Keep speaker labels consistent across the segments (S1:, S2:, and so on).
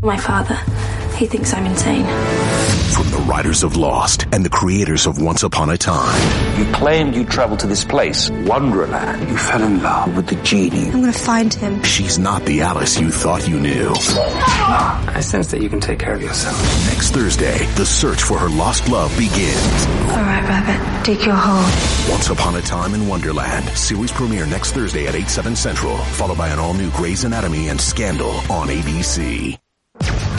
S1: My father, he thinks I'm insane.
S2: From the writers of Lost and the creators of Once Upon a Time,
S3: You claimed you traveled to this place, Wonderland. You fell in love with the genie.
S4: I'm gonna find him.
S2: she's not the Alice you thought you knew.
S5: I sense that you can take care of yourself.
S2: Next Thursday, the search for her lost love begins.
S1: All right, Rabbit, dig your hole.
S2: Once Upon a Time in Wonderland, series premiere next Thursday at 8, 7 central, followed by an all-new Grey's Anatomy and Scandal on ABC.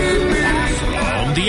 S6: From the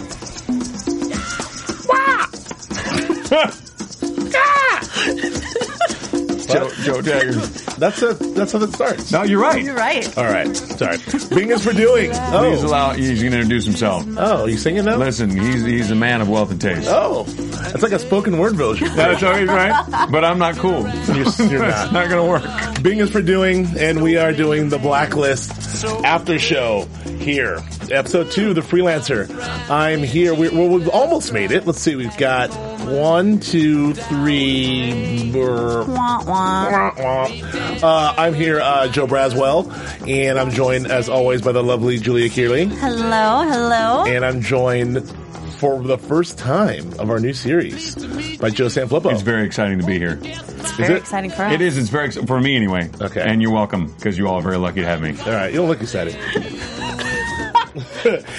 S7: Joe, Joe Dagger. That's a that's how it starts.
S8: No, you're right.
S4: You're right.
S7: All right, sorry. Bing is for doing.
S8: Please allow. He's going to introduce himself.
S7: Oh, you singing now?
S8: Listen, he's he's a man of wealth and taste.
S7: Oh, that's like a spoken word version.
S8: That's always right. But I'm not cool.
S7: You're- you're
S8: That's
S7: not.
S8: not going to work.
S7: Bing is for doing, and we are doing the Blacklist after show here. Episode two, The Freelancer. I'm here. We're, well, we've almost made it. Let's see. We've got one, two, three. brr,
S4: Wah, wah.
S7: wah, wah. Uh, I'm here, uh, Joe Braswell, and I'm joined, as always, by the lovely Julia Kearley.
S4: Hello, hello.
S7: and I'm joined for the first time of our new series by Joe Sanfilippo.
S8: It's very exciting to be here.
S4: It's very
S7: it?
S4: exciting for us.
S8: It is. It's very ex- for me anyway.
S7: Okay.
S8: And you're welcome because you all are very lucky to have me.
S7: All right, you don't look excited.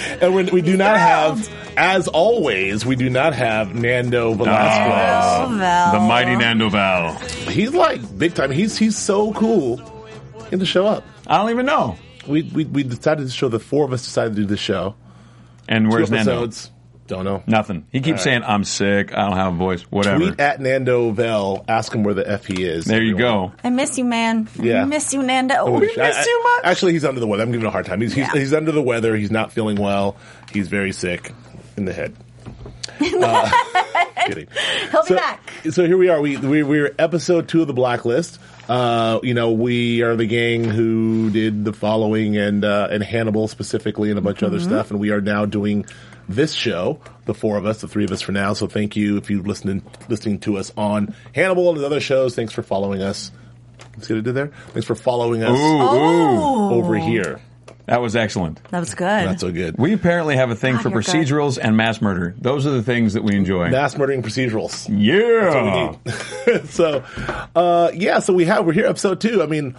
S7: and we, we do not have, as always, we do not have Nando Velasquez.
S8: Ah,
S4: Oh, Val.
S8: the mighty Nando Val.
S7: He's like big time. He's he's so cool. He had to show up.
S8: I don't even know.
S7: We, we we decided to show the four of us decided to do the show.
S8: And
S7: Two
S8: where's Nando?
S7: episodes. Don't know.
S8: Nothing. He keeps saying I'm sick. I don't have a voice. Whatever.
S7: Tweet at Nando Vell. Ask him where the f he is.
S8: there you
S7: Everyone.
S8: go.
S4: I miss you, man.
S7: Yeah.
S4: I miss you, Nando.
S7: I
S4: Oh, We
S7: wish-
S4: miss
S7: I- I-
S4: you much.
S7: Actually, he's under the weather. I'm giving him a hard time. He's, he's,
S4: Yeah.
S7: he's under the weather. He's not feeling well. He's very sick in the head. Uh, kidding.
S4: He'll be
S7: so,
S4: back.
S7: So here we are. We, we we're episode two of the Blacklist. Uh, you know, we are the gang who did the following and uh, and Hannibal specifically and a bunch
S4: Mm-hmm.
S7: of other stuff, and we are now doing this show. The four of us, the three of us for now. So thank you if you listening listening to us on Hannibal and other shows. Thanks for following us. See what I did there? Thanks for following us
S8: Ooh,
S4: Oh.
S8: ooh.
S7: over here.
S8: That was excellent.
S4: That was good.
S7: Not so good.
S8: We apparently have a thing
S4: God,
S8: for
S4: Ah, you're good.
S8: procedurals and mass murder. Those are the things that we enjoy.
S7: Mass murdering procedurals.
S8: yeah. Uh-huh.
S7: so, uh, yeah, so we have, we're here episode two. I mean,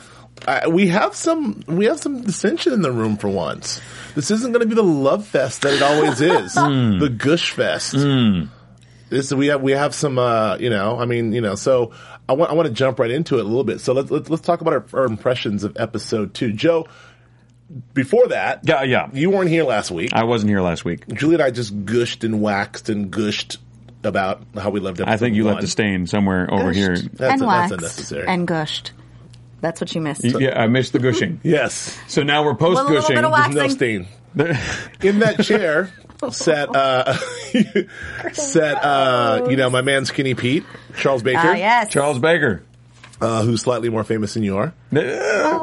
S7: I, we have some, we have some dissension in the room for once. This isn't going to be the love fest that it always is.
S8: Hmm.
S7: The gush fest. This, we have, we have some, uh, you know, I mean, you know, so I want, I want to jump right into it a little bit. So let's, let's, let's talk about our, our impressions of episode two. Joe, before that,
S8: Yeah, yeah.
S7: you weren't here last week.
S8: I wasn't here last week.
S7: Julie and I just gushed and waxed and gushed about how we loved.
S8: I think you left
S7: one.
S8: a stain somewhere over here.
S7: That's,
S4: and
S7: that's
S4: waxed.
S7: unnecessary.
S4: And gushed. That's what you missed.
S8: Yeah, I missed the gushing.
S7: yes,
S8: So now we're
S4: With a little
S8: post-gushing.
S4: bit of
S7: there's
S4: waxing.
S7: no stain in that chair. Sat, uh, sat, uh, you know, my man Skinny Pete, Charles Baker,
S4: Ah, yes.
S8: Charles Baker.
S7: uh, who's slightly more famous than you are.
S8: Eh, A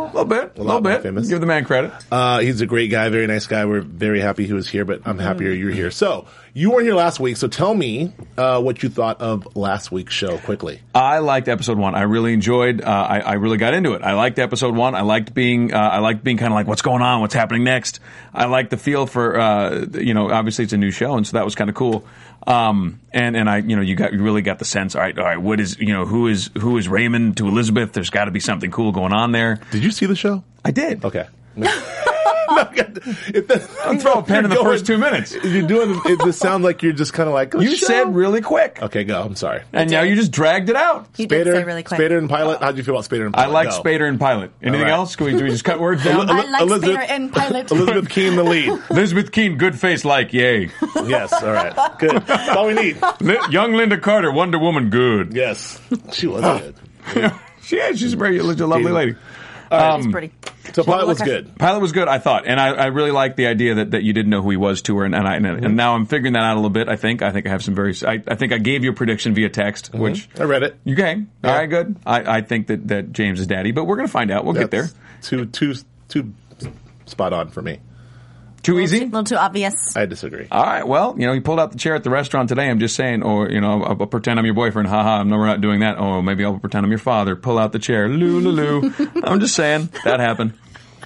S8: little bit. A little
S7: lot more
S8: bit.
S7: famous.
S8: Give the man credit.
S7: Uh, he's a great guy, very nice guy. We're very happy he was here, but I'm happier you're here. So you weren't here last week, so tell me uh, what you thought of last week's show quickly.
S8: I liked episode one. I really enjoyed. Uh, I, I really got into it. I liked episode one. I liked being. Uh, I liked being kind of like, what's going on? What's happening next? I liked the feel for. Uh, you know, obviously it's a new show, and so that was kind of cool. Um, and and I, you know, you got you really got the sense. All right, all right. What is you know who is who is Raymond to Elizabeth? There's got to be something cool going on there.
S7: Did you see the show?
S8: I did.
S7: Okay. if that,
S8: You throw a pen in the first two minutes.
S7: You're doing. It just sounds like you're just kind of like
S8: You said really quick,
S7: Okay, go. I'm sorry.
S8: and now you just dragged it out.
S4: You did
S7: Spader,
S4: say really quick.
S7: Spader and Pilot. How'd you feel about Spader and
S8: I
S7: Pilot?
S8: like
S7: Go.
S8: Spader and Pilot. Anything
S7: right.
S8: else? Can we, do we just cut words down?
S4: I like
S7: Elizabeth-
S4: Spader and Pilot.
S7: Elizabeth Keane, the lead.
S8: Elizabeth Keene, good face, like yay.
S7: Yes. All right. Good. That's all we need.
S8: Li- young Linda Carter, Wonder Woman, good.
S7: Yes. She was good.
S8: she is. She's a very a lovely lady.
S4: She's pretty.
S7: So Pilot was
S4: Look, I-
S7: good.
S8: Um, Pilot was good, I thought, and I, I really liked the idea that, that you didn't know who he was to her, and and, I, and, and now I'm figuring that out a little bit. I think I think I have some very. I, I think I gave you a prediction via text, which
S7: I read it.
S8: Okay,
S7: Yeah.
S8: all right, good. I, I think that, that James is daddy, but we're gonna find out. We'll get there.
S7: That's Too too too spot on for me.
S8: Too
S4: A
S8: easy.
S4: little too obvious.
S7: I disagree.
S8: All right. Well, you know, he pulled out the chair at the restaurant today. I'm just saying, or you know, I'll, I'll pretend I'm your boyfriend. Ha ha. No, we're not doing that. Oh, maybe I'll pretend I'm your father. Pull out the chair. Loo loo loo. I'm just saying that happened.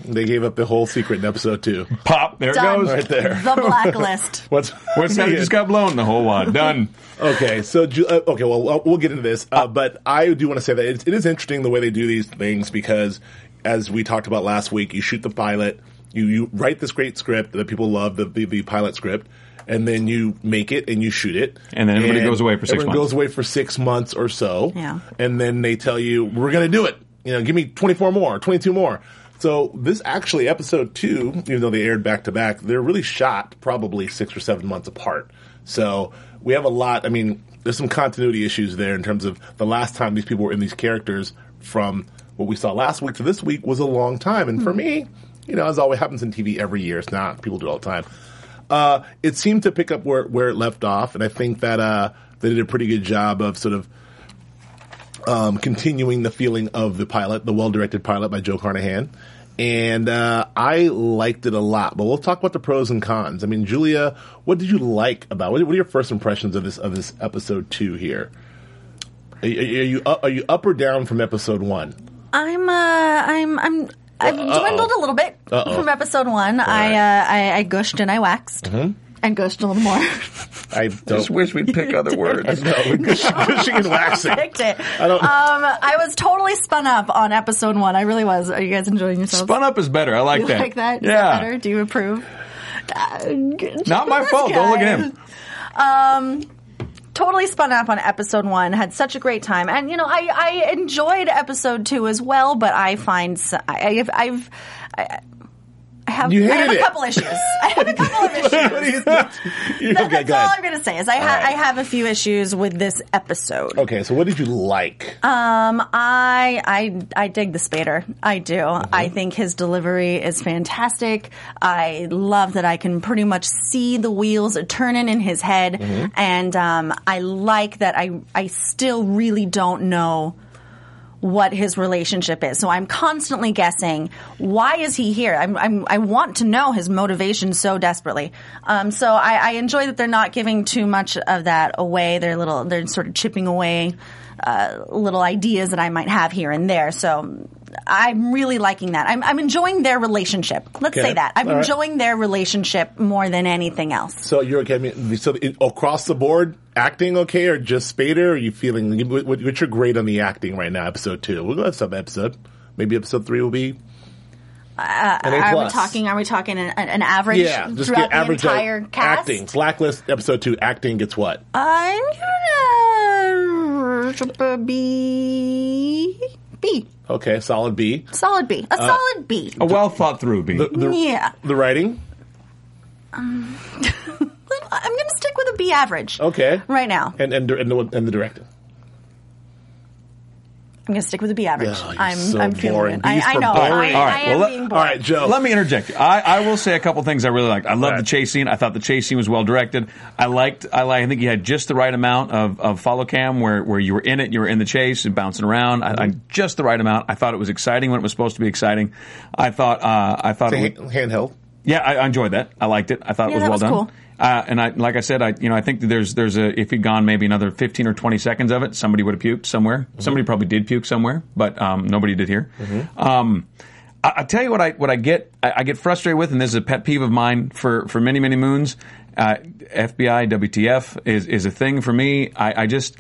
S7: They gave up the whole secret in episode two.
S8: Pop. There it
S4: Done.
S8: goes.
S7: Right there.
S4: The blacklist.
S7: What's
S8: What's that? It Just got blown. The whole wad. Done.
S7: Okay, so Ju- uh, okay, well, well, we'll get into this, uh, but I do want to say that it, it is interesting the way they do these things because, as we talked about last week, you shoot the pilot, you you write this great script that people love, the the, the pilot script, and then you make it and you shoot it,
S8: And then everybody goes away for six
S7: everyone
S8: months.
S7: goes away for six months or so,
S4: Yeah.
S7: and then they tell you we're going to do it. You know, give me twenty four more, twenty two more. So this actually episode two, even though they aired back to back, they're really shot probably six or seven months apart. So we have a lot. I mean, there's some continuity issues there in terms of the last time these people were in these characters from what we saw last week to this week was a long time. And for me, you know, as always happens in TV every year, it's not people do it all the time. Uh, it seemed to pick up where where it left off, and I think that uh, they did a pretty good job of sort of um, continuing the feeling of the pilot, the well directed pilot by Joe Carnahan. And uh, I liked it a lot, but we'll talk about the pros and cons. I mean, Julia, what did you like about? What are your first impressions of this of this episode two here? Are, you- are you up, are you up or down from episode one?
S4: I'm uh I'm I'm I've dwindled a little bit
S7: Uh-oh.
S4: from episode one. I uh I, I gushed and I waxed.
S7: Uh-huh.
S4: And gushed a little more.
S7: I don't.
S8: wish we'd pick other words.
S7: No, gushing and waxing.
S4: Picked it.
S7: I don't-
S4: Um, I was totally spun up on episode one. I really was. Are you guys enjoying yourselves?
S8: Spun up is better. I like
S4: you
S8: that.
S4: like that? Is
S8: Yeah.
S4: that better? Do you approve?
S8: Not my fault. Don't look at him.
S4: Um, totally spun up on episode one. Had such a great time, and you know, I, I enjoyed episode two as well. But I find s- I, have I've I, I have
S7: You
S4: I have
S7: hated
S4: a
S7: it.
S4: couple issues. I have a couple of issues.
S7: What is that? You-
S4: That-
S7: okay,
S4: that's
S7: go
S4: all
S7: ahead.
S4: I'm going to say is I, ha- I have a few issues with this episode.
S7: Okay, so what did you like?
S4: Um, I I I dig the Spader. I do.
S7: Mm-hmm.
S4: I think his delivery is fantastic. I love that I can pretty much see the wheels turning in his head,
S7: Mm-hmm.
S4: and um, I like that I I still really don't know what his relationship is. So I'm constantly guessing why is he here? I'm, I'm I want to know his motivation so desperately. Um, so I, I enjoy that they're not giving too much of that away. They're little they're sort of chipping away uh, little ideas that I might have here and there. So. I'm really liking that. I'm, I'm enjoying their relationship. Let's
S7: Okay.
S4: say that. I'm
S7: All right.
S4: enjoying their relationship more than anything else.
S7: So you're okay. I mean, so it, across the board, acting okay, or just Spader? Are you feeling? What, what- what's your grade on the acting right now? Episode two. We'll go sub episode. Maybe episode three will be. Uh,
S4: Are we talking? Are we talking an, an average
S7: Yeah, just
S4: throughout
S7: get
S4: the
S7: average
S4: entire
S7: at
S4: cast? Uh,
S7: acting. Blacklist episode two acting gets what?
S4: I'm gonna be B.
S7: Okay, solid B.
S4: Solid B.
S8: Uh,
S4: A solid B.
S8: A well thought through beat.
S7: The, the-
S4: Yeah.
S7: The writing.
S4: I'm gonna stick with a B average.
S7: Okay.
S4: Right now.
S7: And and and the, and the directing.
S4: I'm gonna stick with a B average.
S7: Oh, you're
S4: I'm
S7: so
S4: I'm feeling
S7: boring.
S4: it. I,
S7: B's
S4: I
S7: for
S4: know.
S7: boring.
S4: I,
S8: All right,
S4: I am
S8: well, let-
S4: being
S7: All
S4: boring.
S7: right, Joe.
S8: Let me interject. you. I, I will say a couple things I really liked. I loved
S7: Right.
S8: the chase scene. I thought the chase scene was well directed. I liked. I like. I think you had just the right amount of, of follow cam where, where you were in it, you were in the chase and bouncing around. I, I just the right amount. I thought it was exciting when it was supposed to be exciting. I thought. Uh, I thought.
S7: It's a
S8: It
S7: hand-
S8: would-
S7: handheld.
S8: yeah, I, I enjoyed that. I liked it. I thought
S4: Yeah,
S8: it was
S4: that
S8: well
S4: was
S8: done.
S4: cool.
S8: Uh, and I, like I said, I you know I think that there's there's a if he'd gone maybe another 15 or 20 seconds of it, somebody would have puked somewhere. Somebody probably did puke somewhere, but um, nobody did here. Um, I, I tell you what I what I get I, I get frustrated with, and this is a pet peeve of mine for for many many moons. Uh, FBI WTF is is a thing for me. I, I just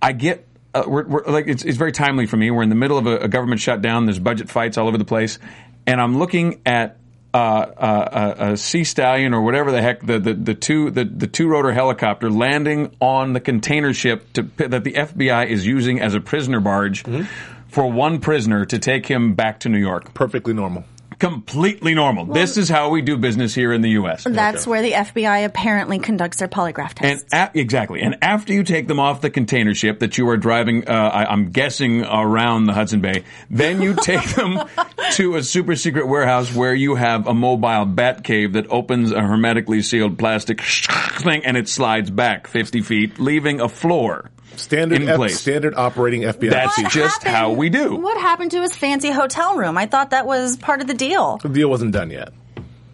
S8: I get uh, we're, we're like it's, it's very timely for me. We're in the middle of a, a government shutdown. There's budget fights all over the place, and I'm looking at uh, uh, a, a sea stallion or whatever the heck the the, the two the, the two rotor helicopter landing on the container ship to, that the FBI is using as a prisoner barge for one prisoner to take him back to New York.
S7: Perfectly normal.
S8: Completely normal. this is how we do business here in the U.S.
S4: That's where the FBI apparently conducts their polygraph
S8: And
S4: tests.
S8: a- exactly, and after you take them off the container ship that you are driving, uh, I, I'm guessing around the Hudson Bay, then you take them to a super secret warehouse where you have a mobile bat cave that opens a hermetically sealed plastic thing and it slides back 50 feet, leaving a floor.
S7: Standard
S8: In
S7: F-
S8: place.
S7: standard operating FBI.
S8: That's
S7: procedure.
S8: What just how we do.
S4: What happened to his fancy hotel room? I thought that was part of the deal.
S7: the deal wasn't done yet.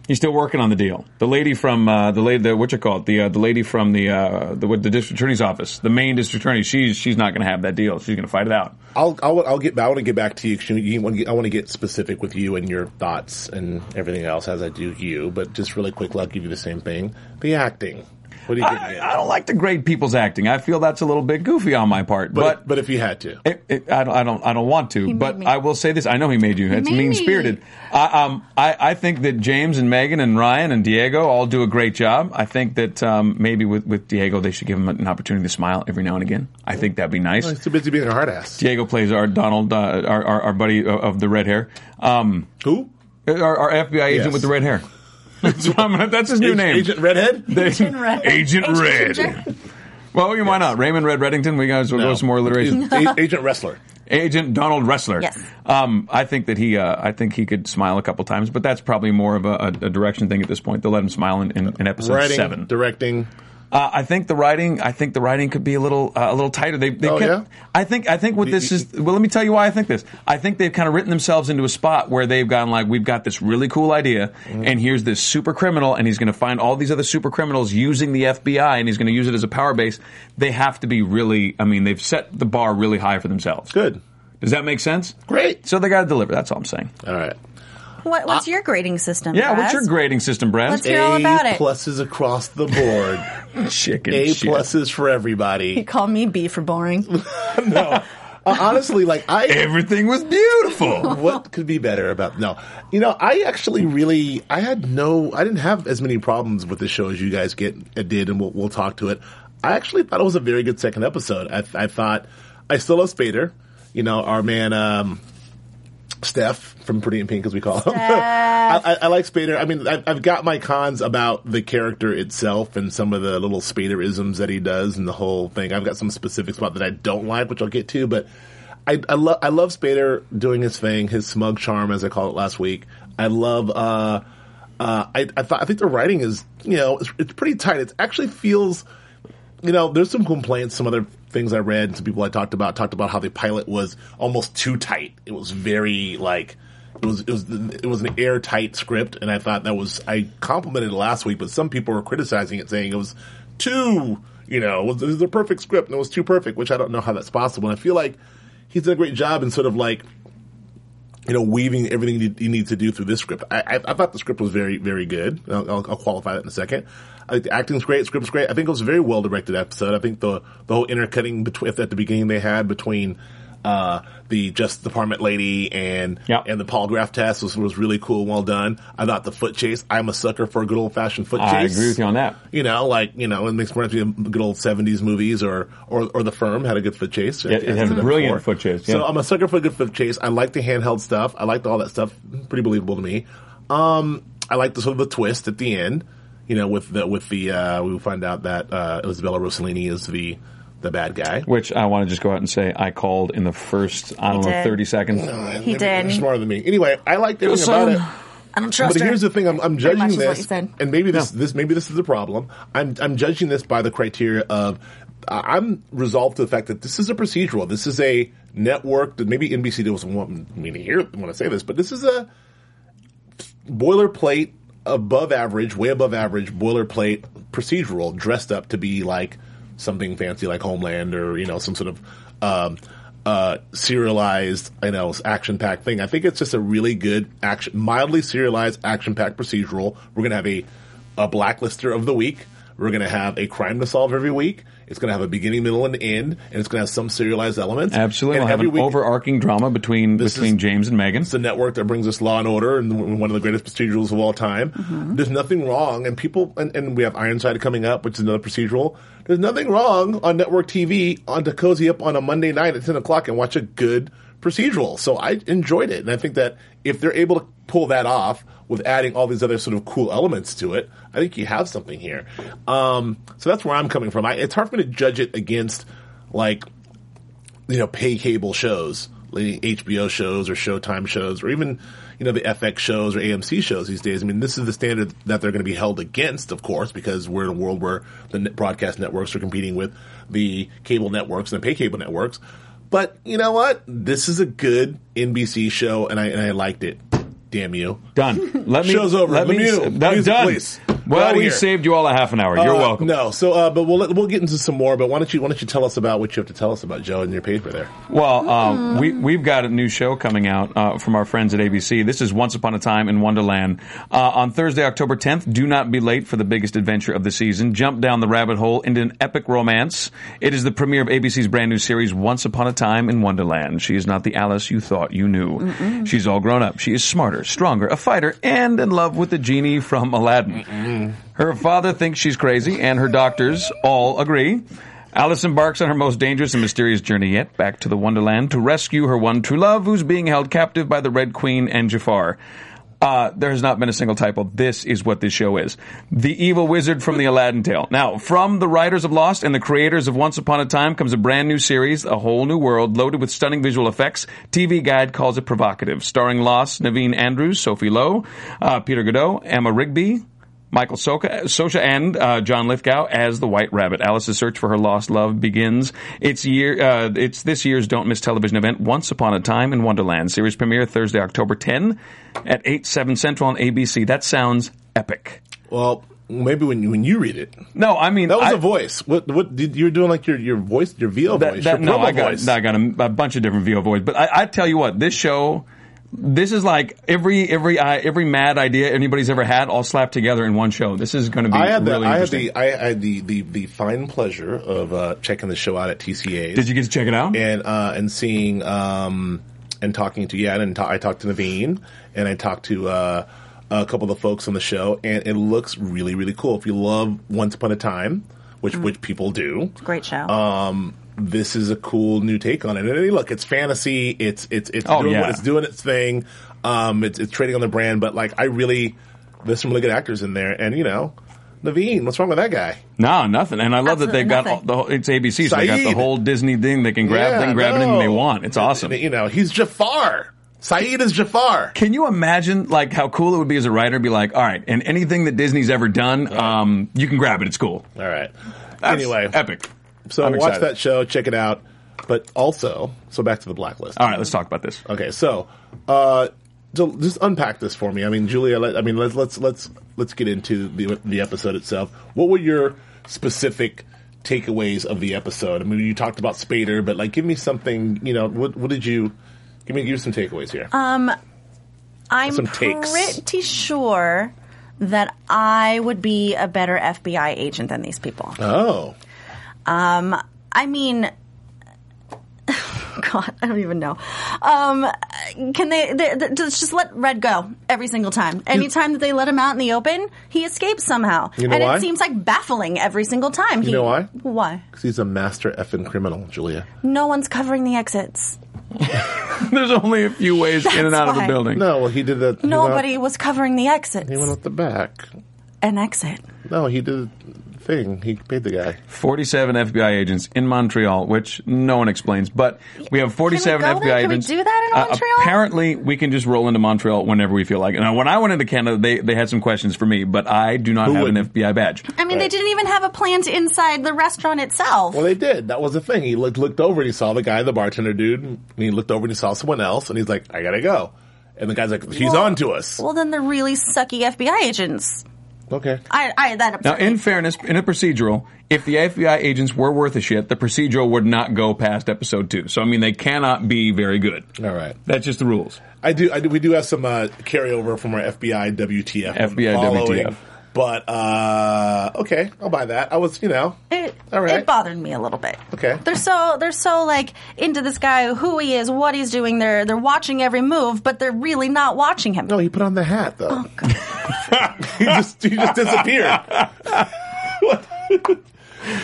S8: He's still working on the deal. The lady from uh, the lady, the, what you call it, the uh, the lady from the uh, the, what, the district attorney's office, the main district attorney. She's she's not going to have that deal. She's going to fight it out.
S7: I'll I'll, I'll get I want to get back to you 'cause you, you want to get, I want to get specific with you and your thoughts and everything else as I do you, but just really quick, I'll give you the same thing. The acting. What do you think?
S8: I, I don't like to grade people's acting. I feel that's a little bit goofy on my part,
S7: but
S8: but,
S7: but if you had to,
S8: it, it, I don't, I don't, I don't want to.
S4: made
S8: But
S4: me.
S8: I will say this: I know he made you. It's
S4: made me.
S8: mean spirited. I, um, I, I think that James and Megan and Ryan and Diego all do a great job. I think that um, maybe with, with Diego they should give him an opportunity to smile every now and again. I think that'd be nice.
S7: Oh, he's too busy being a hard ass.
S8: Diego plays our Donald, uh, our, our our buddy of- of the red hair, um,
S7: Who?
S8: our, our FBI agent
S7: Yes.
S8: with the red hair. That's, what I'm gonna- that's his new
S7: Agent-
S8: name.
S7: Agent Redhead.
S8: They-
S4: Agent Red.
S8: Agent
S4: Agent
S8: Red.
S4: Ginger.
S8: Well, you- why not? Raymond Red Reddington. We guys will go some more alliteration.
S7: He's a- Agent Wrestler.
S8: Agent Donald Wrestler.
S4: Yes.
S8: Um, I think that he, uh, I think he could smile a couple times, but that's probably more of a, a, a direction thing at this point. They'll let him smile in, in, in episode
S7: Writing,
S8: seven.
S7: directing.
S8: Uh, I think the writing. I think the writing could be a little uh, a little tighter. They, they
S7: Oh,
S8: kept-
S7: yeah?
S8: I think I think what this is. Well, let me tell you why I think this. I think they've kind of written themselves into a spot where they've gone like, we've got this really cool idea,
S7: Mm-hmm.
S8: and here's this super criminal, and he's going to find all these other super criminals using the FBI, and he's going to use it as a power base. They have to be really. I mean, they've set the bar really high for themselves.
S7: Good.
S8: Does that make sense?
S7: Great.
S8: So they got to deliver. That's all I'm saying.
S7: All right.
S4: What, what's your grading system?
S8: Ah. Yeah. What's
S4: Baz?
S8: your grading system, Brad?
S4: Let's hear all
S7: A
S4: about it.
S7: pluses across the board.
S8: Chicken
S7: A
S8: shit.
S7: pluses for everybody.
S4: You call me B for boring.
S7: Uh, honestly, like I
S8: Everything was beautiful.
S7: what could be better about no you know i actually really i had no i didn't have as many problems with the show as you guys get uh, did and we'll, we'll talk to it i actually thought it was a very good second episode i, I thought i still love spader you know our man um Steph from Pretty in Pink, as we call him. I, I, I like Spader. I mean, I've, I've got my cons about the character itself and some of the little Spaderisms that he does and the whole thing. I've got some specific spot that I don't like, which I'll get to, but I, I, lo- I love Spader doing his thing, his smug charm, as I called it last week. I love, uh, uh, I, I, thought, I think the writing is, you know, it's, it's pretty tight. It actually feels, you know, there's some complaints, some other things I read, and some people I talked about talked about how the pilot was almost too tight. It was very like it was it was it was an airtight script, and I thought that was I complimented it last week, but some people were criticizing it, saying it was too, you know, it was, it was the perfect script and it was too perfect, which I don't know how that's possible. And I feel like he's done a great job in sort of like you know, weaving everything you, you need to do through this script. I, I, I thought the script was very, very good. I'll, I'll, I'll qualify that in a second. I think the acting's great, script's great. I think it was a very well directed episode. I think the the whole intercutting between at the beginning they had between uh, the Justice Department lady and
S8: Yeah.
S7: and the polygraph test was was really cool, and well done. I thought the foot chase. I'm a sucker for a good old fashioned foot
S8: I
S7: chase.
S8: agree with you on that.
S7: You know, like you know, it makes more sense to be good old '70s movies or or, or the firm had a good foot chase.
S8: it had a brilliant foot chase, yeah.
S7: So I'm a sucker for a good foot chase. I like the handheld stuff. I liked all that stuff. Pretty believable to me. Um, I like the sort of the twist at the end. You know, with the with the uh, we find out that uh, Isabella Rossellini is the the bad guy.
S8: Which I want to just go out and say I called in the first I don't
S4: You
S8: know
S4: did.
S8: thirty seconds.
S7: He
S4: did.
S7: You're smarter than me. Anyway, I liked everything about
S8: son.
S7: it.
S4: I don't trust
S7: But
S4: her.
S7: here's the thing: I'm, I'm
S4: Pretty much
S7: judging
S4: is what
S7: this,
S4: you said.
S7: and maybe this this maybe this is the problem. I'm I'm judging this by the criteria of I- I'm resolved to the fact that this is a procedural. This is a network that maybe NBC doesn't want me to hear when I say this, but this is a boilerplate, above average, way above average boilerplate procedural, dressed up to be like something fancy like Homeland or you know some sort of um, uh, serialized, you know, action packed thing. I think it's just a really good action, mildly serialized action packed procedural. We're gonna have a a blacklister of the week. We're going to have a crime to solve every week. It's going to have a beginning, middle, and end, and it's going to have some serialized elements.
S8: Absolutely.
S7: And
S8: we'll have
S7: every
S8: an
S7: week,
S8: overarching drama between
S7: This
S8: between
S7: is-
S8: James and Megan.
S7: it's the network that brings us Law and Order and w- one of the greatest procedurals of all time. There's nothing wrong, and people, and, and we have Ironside coming up, which is another procedural. There's nothing wrong on network TV on to cozy up on a Monday night at ten o'clock and watch a good procedural. So I enjoyed it, and I think that if they're able to pull that off with adding all these other sort of cool elements to it, I think you have something here. Um, so that's where I'm coming from. I, it's hard for me to judge it against like you know, pay cable shows, like HBO shows or Showtime shows, or even, you know, the FX shows or AMC shows these days. I mean, this is the standard that they're going to be held against, of course, because we're in a world where the net- broadcast networks are competing with the cable networks and the pay cable networks. But you know what? This is a good NBC show, and I and I liked it. Damn you!
S8: Done. Let me.
S7: Show's over.
S8: Let me.
S7: Lemieux,
S8: that-
S7: music,
S8: done.
S7: please. We're
S8: Well,
S7: outta
S8: we
S7: here.
S8: saved you all a half an hour. You're
S7: Uh,
S8: welcome.
S7: No, so uh, but we'll let- we'll get into some more. But why don't you why don't you tell us about what you have to tell us about Joe and your paper there?
S8: Well, uh, we, we've got a new show coming out uh, from our friends at ABC. This is Once Upon a Time in Wonderland. Uh, on Thursday, October 10th, do not be late for the biggest adventure of the season. Jump down the rabbit hole into an epic romance. It is the premiere of ABC's brand new series, Once Upon a Time in Wonderland. She is not the Alice you thought you knew. She's all grown up. She is smarter, stronger, a fighter, and in love with the genie from Aladdin. Her father thinks she's crazy, and her doctors all agree. Alice embarks on her most dangerous and mysterious journey yet, back to the Wonderland, to rescue her one true love, who's being held captive by the Red Queen and Jafar. Uh, there has not been a single typo. This is what this show is. The evil wizard from the Aladdin tale. Now, from the writers of Lost and the creators of Once Upon a Time comes a brand new series, A Whole New World, loaded with stunning visual effects. TV Guide calls it provocative. Starring Lost, Naveen Andrews, Sophie Lowe, uh, Peter Godot, Emma Rigby, Michael Soka, Sosha and uh, John Lithgow as the White Rabbit. Alice's search for her lost love begins. It's year. Uh, it's this year's Don't Miss Television event. Once upon a time in Wonderland series premiere Thursday, October 10 at 8 7 Central on ABC. That sounds epic.
S7: Well, maybe when you, when you read it,
S8: No, I mean
S7: That was
S8: I-
S7: a voice. What? What? Did, you were doing like your your voice, your VO
S8: That,
S7: voice,
S8: that-
S7: your
S8: no,
S7: promo
S8: I got,
S7: voice.
S8: I got a, a bunch of different VO voice, but I, I tell you what, this show, this is like every every uh, every mad idea anybody's ever had, all slapped together in one show. This is going to be
S7: I had the
S8: really
S7: I had
S8: interesting.
S7: the I had the the the fine pleasure of uh, checking the show out at TCA.
S8: Did you get to check it out?
S7: and uh, and seeing um and talking to yeah and ta- I talked to Naveen and I talked to uh, a couple of the folks on the show and it looks really really cool. If you love Once Upon a Time, which
S8: Mm.
S7: which people do,
S4: Great show.
S8: Oh,
S7: um, this is a cool new take on it. And look, it's fantasy. It's it's it's
S8: Oh,
S7: doing
S8: yeah.
S7: what it's doing its thing. Um, it's it's trading on the brand, but like I really, there's some really good actors in there, and you know, Naveen, what's wrong with that guy?
S8: No, nothing. And I love that
S4: Absolutely
S8: they've got all,
S4: nothing.
S8: the whole, it's ABC, so they got the
S7: Saeed.
S8: whole Disney thing. They can grab, they
S7: Yeah,
S8: can grab anything
S7: no.
S8: they want. It's awesome.
S7: You know, he's Jafar. Saeed is Jafar.
S8: Can you imagine like how cool it would be as a writer? to Be like, all right, and anything that Disney's ever done, um, you can grab it. It's cool.
S7: All right.
S8: That's
S7: anyway,
S8: epic.
S7: So
S8: I'm
S7: watch
S8: excited.
S7: that show, check it out. But also, so back to the blacklist.
S8: All right, let's talk about this.
S7: Okay, so uh, so just unpack this for me. I mean, Julia. Let, I mean, let's let's let's let's get into the the episode itself. What were your specific takeaways of the episode? I mean, you talked about Spader, but like, give me something. You know, what what did you? Give me give me some takeaways here.
S4: I'm
S7: some takes.
S4: pretty sure that I would be a better FBI agent than these people. Um,
S7: oh,
S4: I mean, God, I don't even know. Um, can they, they, they just just let Red go every single time? Anytime that they let him out in the open, he escapes somehow,
S7: You know
S4: and
S7: why?
S4: it seems like baffling every single time.
S7: you know why?
S4: Why?
S7: Because he's a master effing criminal, Julia.
S4: No one's covering the exits.
S8: There's only a few ways in and
S4: That's
S8: out of the
S4: why.
S8: building.
S7: No, well, he did that. he went out-
S4: Nobody was covering the exits.
S7: He went out the back.
S4: An exit.
S7: No, he did a thing. He paid the guy.
S8: 47 FBI agents in Montreal, which no one explains, but we have 47
S4: Can we go
S8: FBI
S4: there? Can we
S8: agents. Uh,
S4: do that in Montreal?
S8: Apparently, we can just roll into Montreal whenever we feel like it. Now, when I went into Canada, they, they had some questions for me, but I do not
S7: Who
S8: have an
S7: wouldn't?
S8: FBI badge.
S4: I mean, they didn't even have a plant inside the restaurant itself.
S7: Well, they did. That was the thing. He looked looked over and he saw the guy, the bartender dude, and he looked over and he saw someone else, and he's like, "I gotta go." And the guy's like, "He's
S4: Well-
S7: on to us."
S4: Well, then they're really sucky FBI agents.
S7: okay.
S4: I, I that
S8: Now,
S4: upset
S8: in
S4: me.
S8: fairness, in a procedural, if the FBI agents were worth a shit, the procedural would not go past episode two. So, I mean, they cannot be very good.
S7: All right.
S8: That's just the rules.
S7: I do. I do. We do have some uh, carryover from our FBI WTF. from
S8: FBI
S7: following
S8: WTF.
S7: But uh, okay, I'll buy that. I was, you know,
S4: It,
S7: all right.
S4: it bothered me a little bit.
S7: Okay.
S4: They're so they're so like into this guy, who he is, what he's doing. They're they're watching every move, but they're really not watching him.
S7: no, he put on the hat though.
S8: Oh,
S7: he just he just disappeared.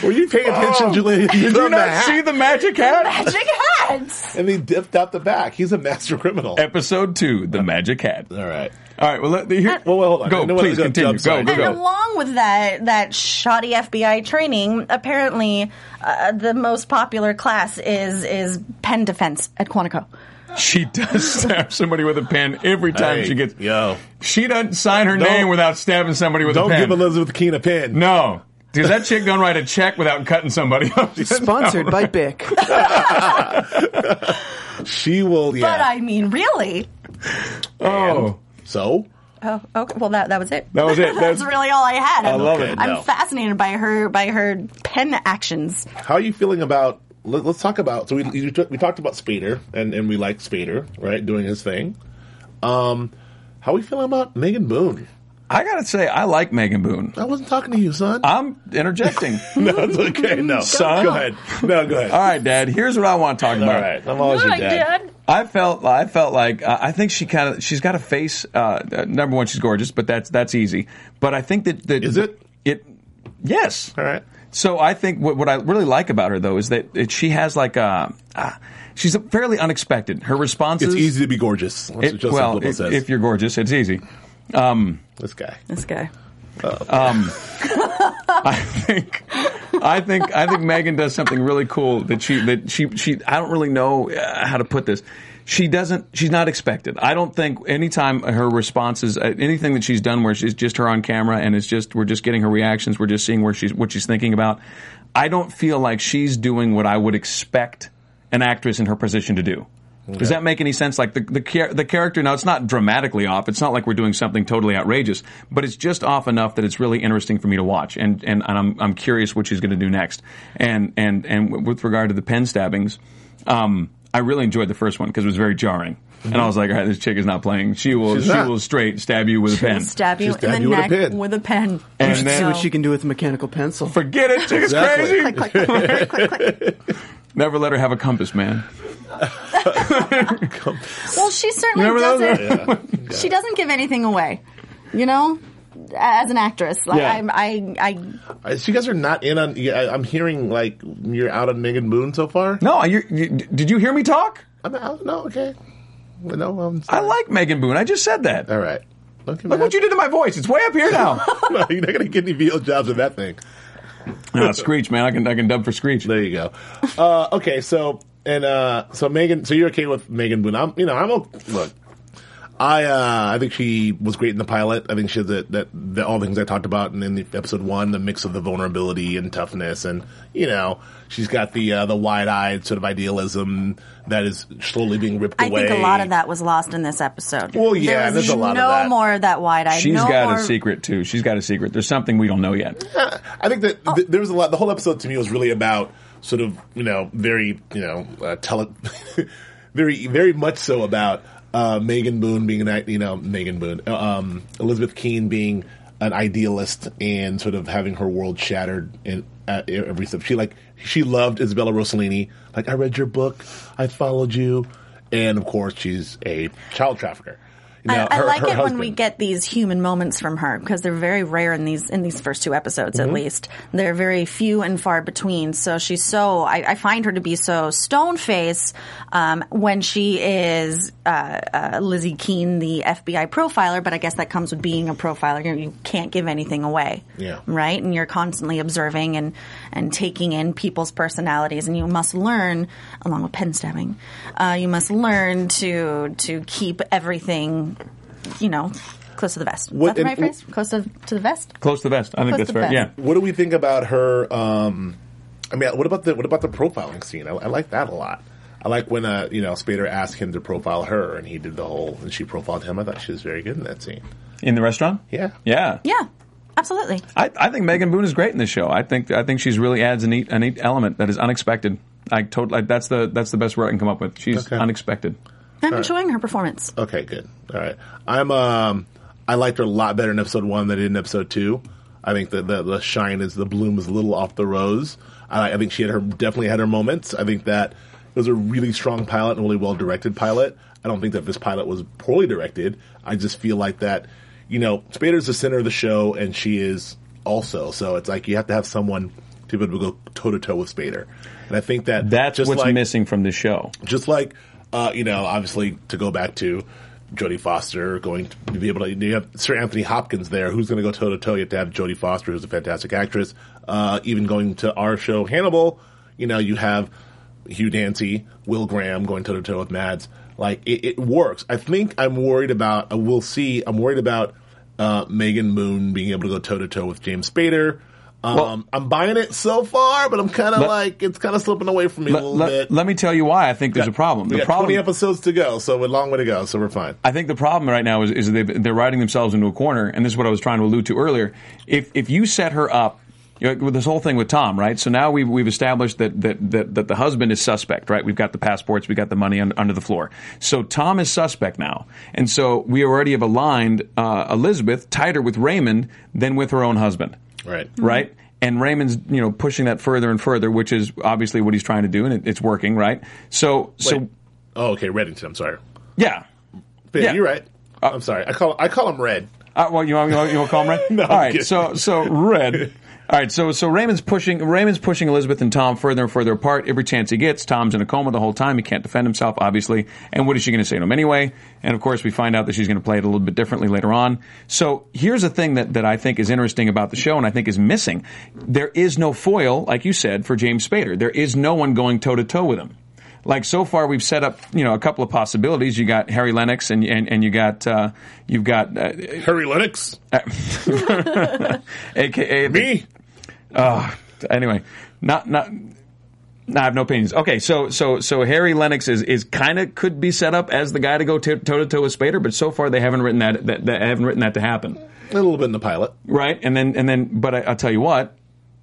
S7: Were you paying attention, Julia? He
S8: Oh. Did
S7: put
S8: you
S7: on the
S8: not
S7: hat,
S8: see the magic hat?
S4: Magic hats.
S7: and he dipped out the back. He's a master criminal.
S8: Episode two, the magic hat.
S7: all right.
S8: All right. Well, let, here,
S7: Well, well, hold on. I
S8: go.
S7: know what I
S8: Please
S7: was gonna-
S8: continue.
S7: I'm sorry.
S8: Go, go,
S4: And
S8: go.
S4: along with that that shoddy FBI training, apparently uh, the most popular class is is pen defense at Quantico.
S8: She does stab somebody with a pen every time
S7: Hey,
S8: she gets.
S7: yo.
S8: She doesn't sign her
S7: Don't-
S8: name without stabbing somebody with
S7: Don't
S8: a pen.
S7: give Elizabeth Keene a pin.
S8: no, because that chick don't write a check without cutting somebody. up.
S9: Sponsored by Bic.
S7: She will. Yeah.
S4: But I mean, really?
S8: Oh.
S7: so
S4: Oh, okay. Well, that that was it.
S8: That was it.
S4: That's,
S8: That's-
S4: really all I had. I
S8: love it.
S4: I'm
S7: No.
S4: fascinated by her by her pen actions.
S7: how are you feeling about? Let, let's talk about. So we you, took- we talked about Spader, and and we like Spader, right, doing his thing. Um, how are we feeling about Megan Boone?
S8: I gotta say, I like Megan Boone.
S7: I wasn't talking to you, son.
S8: I'm interjecting.
S7: no, it's okay. No,
S8: Son?
S7: go ahead. No, go ahead.
S8: All right, Dad. Here's what I want to talk
S7: All
S8: about.
S7: right, I'm always your dad.
S8: I felt I felt like uh, I think she kind of she's got a face. Uh, uh, number one, she's gorgeous, but that's that's easy. But I think that, that
S7: Is it?
S8: it yes.
S7: All right.
S8: So I think what, what I really like about her though is that it, she has like a uh, she's fairly unexpected. Her responses.
S7: It's easy to be gorgeous. That's
S8: it-
S7: what Joseph
S8: well,
S7: Goebbels
S8: if-
S7: says.
S8: if you're gorgeous, it's easy. Um,
S7: this guy,
S4: This guy.
S8: I think, I think, I think Megan does something really cool that she that she she. I don't really know uh, how to put this. She doesn't. She's not expected. I don't think anytime her responses, uh, anything that she's done, where she's just her on camera and it's just we're just getting her reactions. We're just seeing where she's what she's thinking about. I don't feel like she's doing what I would expect an actress in her position to do. Does that make any sense? Like the the, char- the character now, it's not dramatically off. It's not like we're doing something totally outrageous, but it's just off enough that it's really interesting for me to watch, and and, and I'm I'm curious what she's going to do next. And and and w- with regard to the pen stabbings, um, I really enjoyed the first one because it was very jarring, and I was like, all right, this chick is not playing. She will
S7: She's
S8: she
S7: not.
S8: will straight stab you with a pen.
S4: Stab you
S7: She'll stab
S4: in the
S7: you with a
S4: neck
S7: pen.
S4: with a pen.
S8: And
S4: No.
S8: then-
S9: See what she can do with a mechanical pencil.
S8: Forget it, chick is
S7: Exactly.
S8: crazy.
S4: click, click, click, click, click, click.
S8: Never let her have a compass, man.
S4: Well, she certainly
S8: Remember those?
S4: doesn't. She doesn't give anything away, you know. As an actress, like
S8: Yeah.
S4: I'm, I, I,
S7: Uh, so you guys are not in on. Yeah, I- I'm hearing like you're out on Megan Boone so far.
S8: No, you, you, did you hear me talk?
S7: I'm out. No, okay. No, I'm.
S8: I like Megan Boone. I just said that.
S7: All right. Look,
S8: Look what you did to my voice. It's way up here now.
S7: no, you're not gonna get any VO jobs with that thing.
S8: Uh, Screech, man. I can I can dub for Screech.
S7: There you go. Uh, okay, so and uh, so Megan, so you're okay with Megan Boone? I'm, you know, I'm okay. look. I uh, I think she was great in the pilot. I think she that that the, all the things I talked about in, in the episode one, the mix of the vulnerability and toughness, and you know she's got the uh, the wide eyed sort of idealism that is slowly being ripped
S4: I
S7: away.
S4: think a lot of that was lost in this episode.
S7: Well, yeah,
S4: There was
S7: there's a lot of
S4: no
S7: that.
S4: more of that wide eye.
S8: She's
S4: no
S8: got
S4: more,
S8: a secret too. She's got a secret. There's something we don't know yet.
S7: I think
S4: Oh.
S7: that th- there was a lot. The whole episode to me was really about sort of you know very you know uh, tele, very very much so about uh, Megan Boone being an i- you know Megan Boone uh, um, Elizabeth Keene being an idealist and sort of having her world shattered and uh, every step she like she loved Isabella Rossellini like I read your book I followed you and of course she's a child trafficker. You know,
S4: I, I
S7: her-
S4: like
S7: her
S4: it when we
S7: husband.
S4: get these human moments from her because they're very rare in these in these first two episodes
S7: Mm-hmm.
S4: at least. They're very few and far between. So she's so I, I find her to be so stone face um, when she is uh, uh, Lizzie Keene, the FBI profiler. But I guess that comes with being a profiler. You, you can't give anything away,
S7: Yeah.
S4: right? And you're constantly observing and and taking in people's personalities, and you must learn along with pen stabbing. Uh, you must learn to to keep everything you know, close to the vest. Is
S7: What-
S4: that the right
S7: and-
S4: phrase? Close to, to the vest?
S8: Close to the vest. I think
S4: Close
S8: that's
S4: to the
S8: fair.
S4: vest.
S8: Yeah.
S7: What do we think about her? Um, I mean, what about the what about the profiling scene? I, I like that a lot. I like when uh, you know Spader asked him to profile her, and he did the whole, and she profiled him. I thought she was very good in that scene.
S8: In the restaurant.
S7: Yeah.
S8: Yeah.
S4: Yeah, absolutely.
S8: I, I think Megan Boone is great in this show. I think I think she's really adds a neat a neat element that is unexpected. I totally that's the that's the best word I can come up with. She's
S7: Okay.
S8: unexpected.
S4: I'm enjoying her performance.
S7: Okay, good. All right, I'm um, I liked her a lot better in episode one than in episode two. I think that the, the shine is the bloom is a little off the rose. I, I think she had her definitely had her moments. I think that it was a really strong pilot and really well directed pilot. I don't think that this pilot was poorly directed. I just feel like that, you know, Spader's the center of the show and she is also. So it's like you have to have someone to be able to go toe to toe with Spader. And I think that
S8: That's
S7: just
S8: what's
S7: like,
S8: missing from this show.
S7: just like uh, you know, obviously to go back to Jodie Foster going to be able to you have Sir Anthony Hopkins there, who's going to go toe to toe. You have to have Jodie Foster, who's a fantastic actress. Uh, even going to our show Hannibal, you know, you have Hugh Dancy, Will Graham going toe to toe with Mads. Like it, it works. I think I'm worried about. Uh, we'll see. I'm worried about uh, Megan Moon being able to go toe to toe with James Spader. Um,
S8: Well-
S7: I'm buying it so far, but I'm kind of
S8: Let-
S7: like it's kind of slipping away from me a
S8: Let,
S7: little
S8: let-
S7: bit.
S8: let me tell you why I think there's a problem.
S7: We
S8: The
S7: got
S8: problem
S7: 20 episodes to go, so a long way to go, so we're fine.
S8: I think the problem right now is, is they've, they're riding themselves into a corner, and this is what I was trying to allude to earlier. If if you set her up you know, with this whole thing with Tom, right? So now we've we've established that that, that that the husband is suspect, right? We've got the passports, we got the money un, under the floor. So Tom is suspect now, and so we already have aligned uh, Elizabeth tighter with Raymond than with her own husband
S7: Right.
S8: right? And Raymond's, you know, pushing that further and further, which is obviously what he's trying to do, and it, it's working, right? So,
S7: Wait.
S8: so
S7: Oh, okay, Reddington, I'm sorry.
S8: yeah.
S7: Ben,
S8: Yeah.
S7: you're right. I'm sorry. I call I call him Red.
S8: Uh, well, you want, you want you want to call him Red?
S7: No, I'm
S8: All right.
S7: kidding.
S8: So so Red. All right. So so Raymond's pushing Raymond's pushing Elizabeth and Tom further and further apart every chance he gets. Tom's in a coma the whole time. He can't defend himself, obviously. And what is she going to say to him anyway? And of course, we find out that she's going to play it a little bit differently later on. So here's a thing that that I think is interesting about the show, and I think is missing. There is no foil, like you said, for James Spader. There is no one going toe to toe with him like so far we've set up you know a couple of possibilities you got harry lennox and and, and you got uh, you've got uh,
S7: Harry Lennox.
S8: aka the- Ah,
S7: Me.
S8: anyway not not no, I have no opinions. Okay, so so so Harry Lennox is, is kind of could be set up as the guy to go toe to toe with Spader, but so far they haven't written that, that, that haven't written that to happen,
S7: A little bit in the pilot.
S8: right? And then and then, but I, I'll tell you what,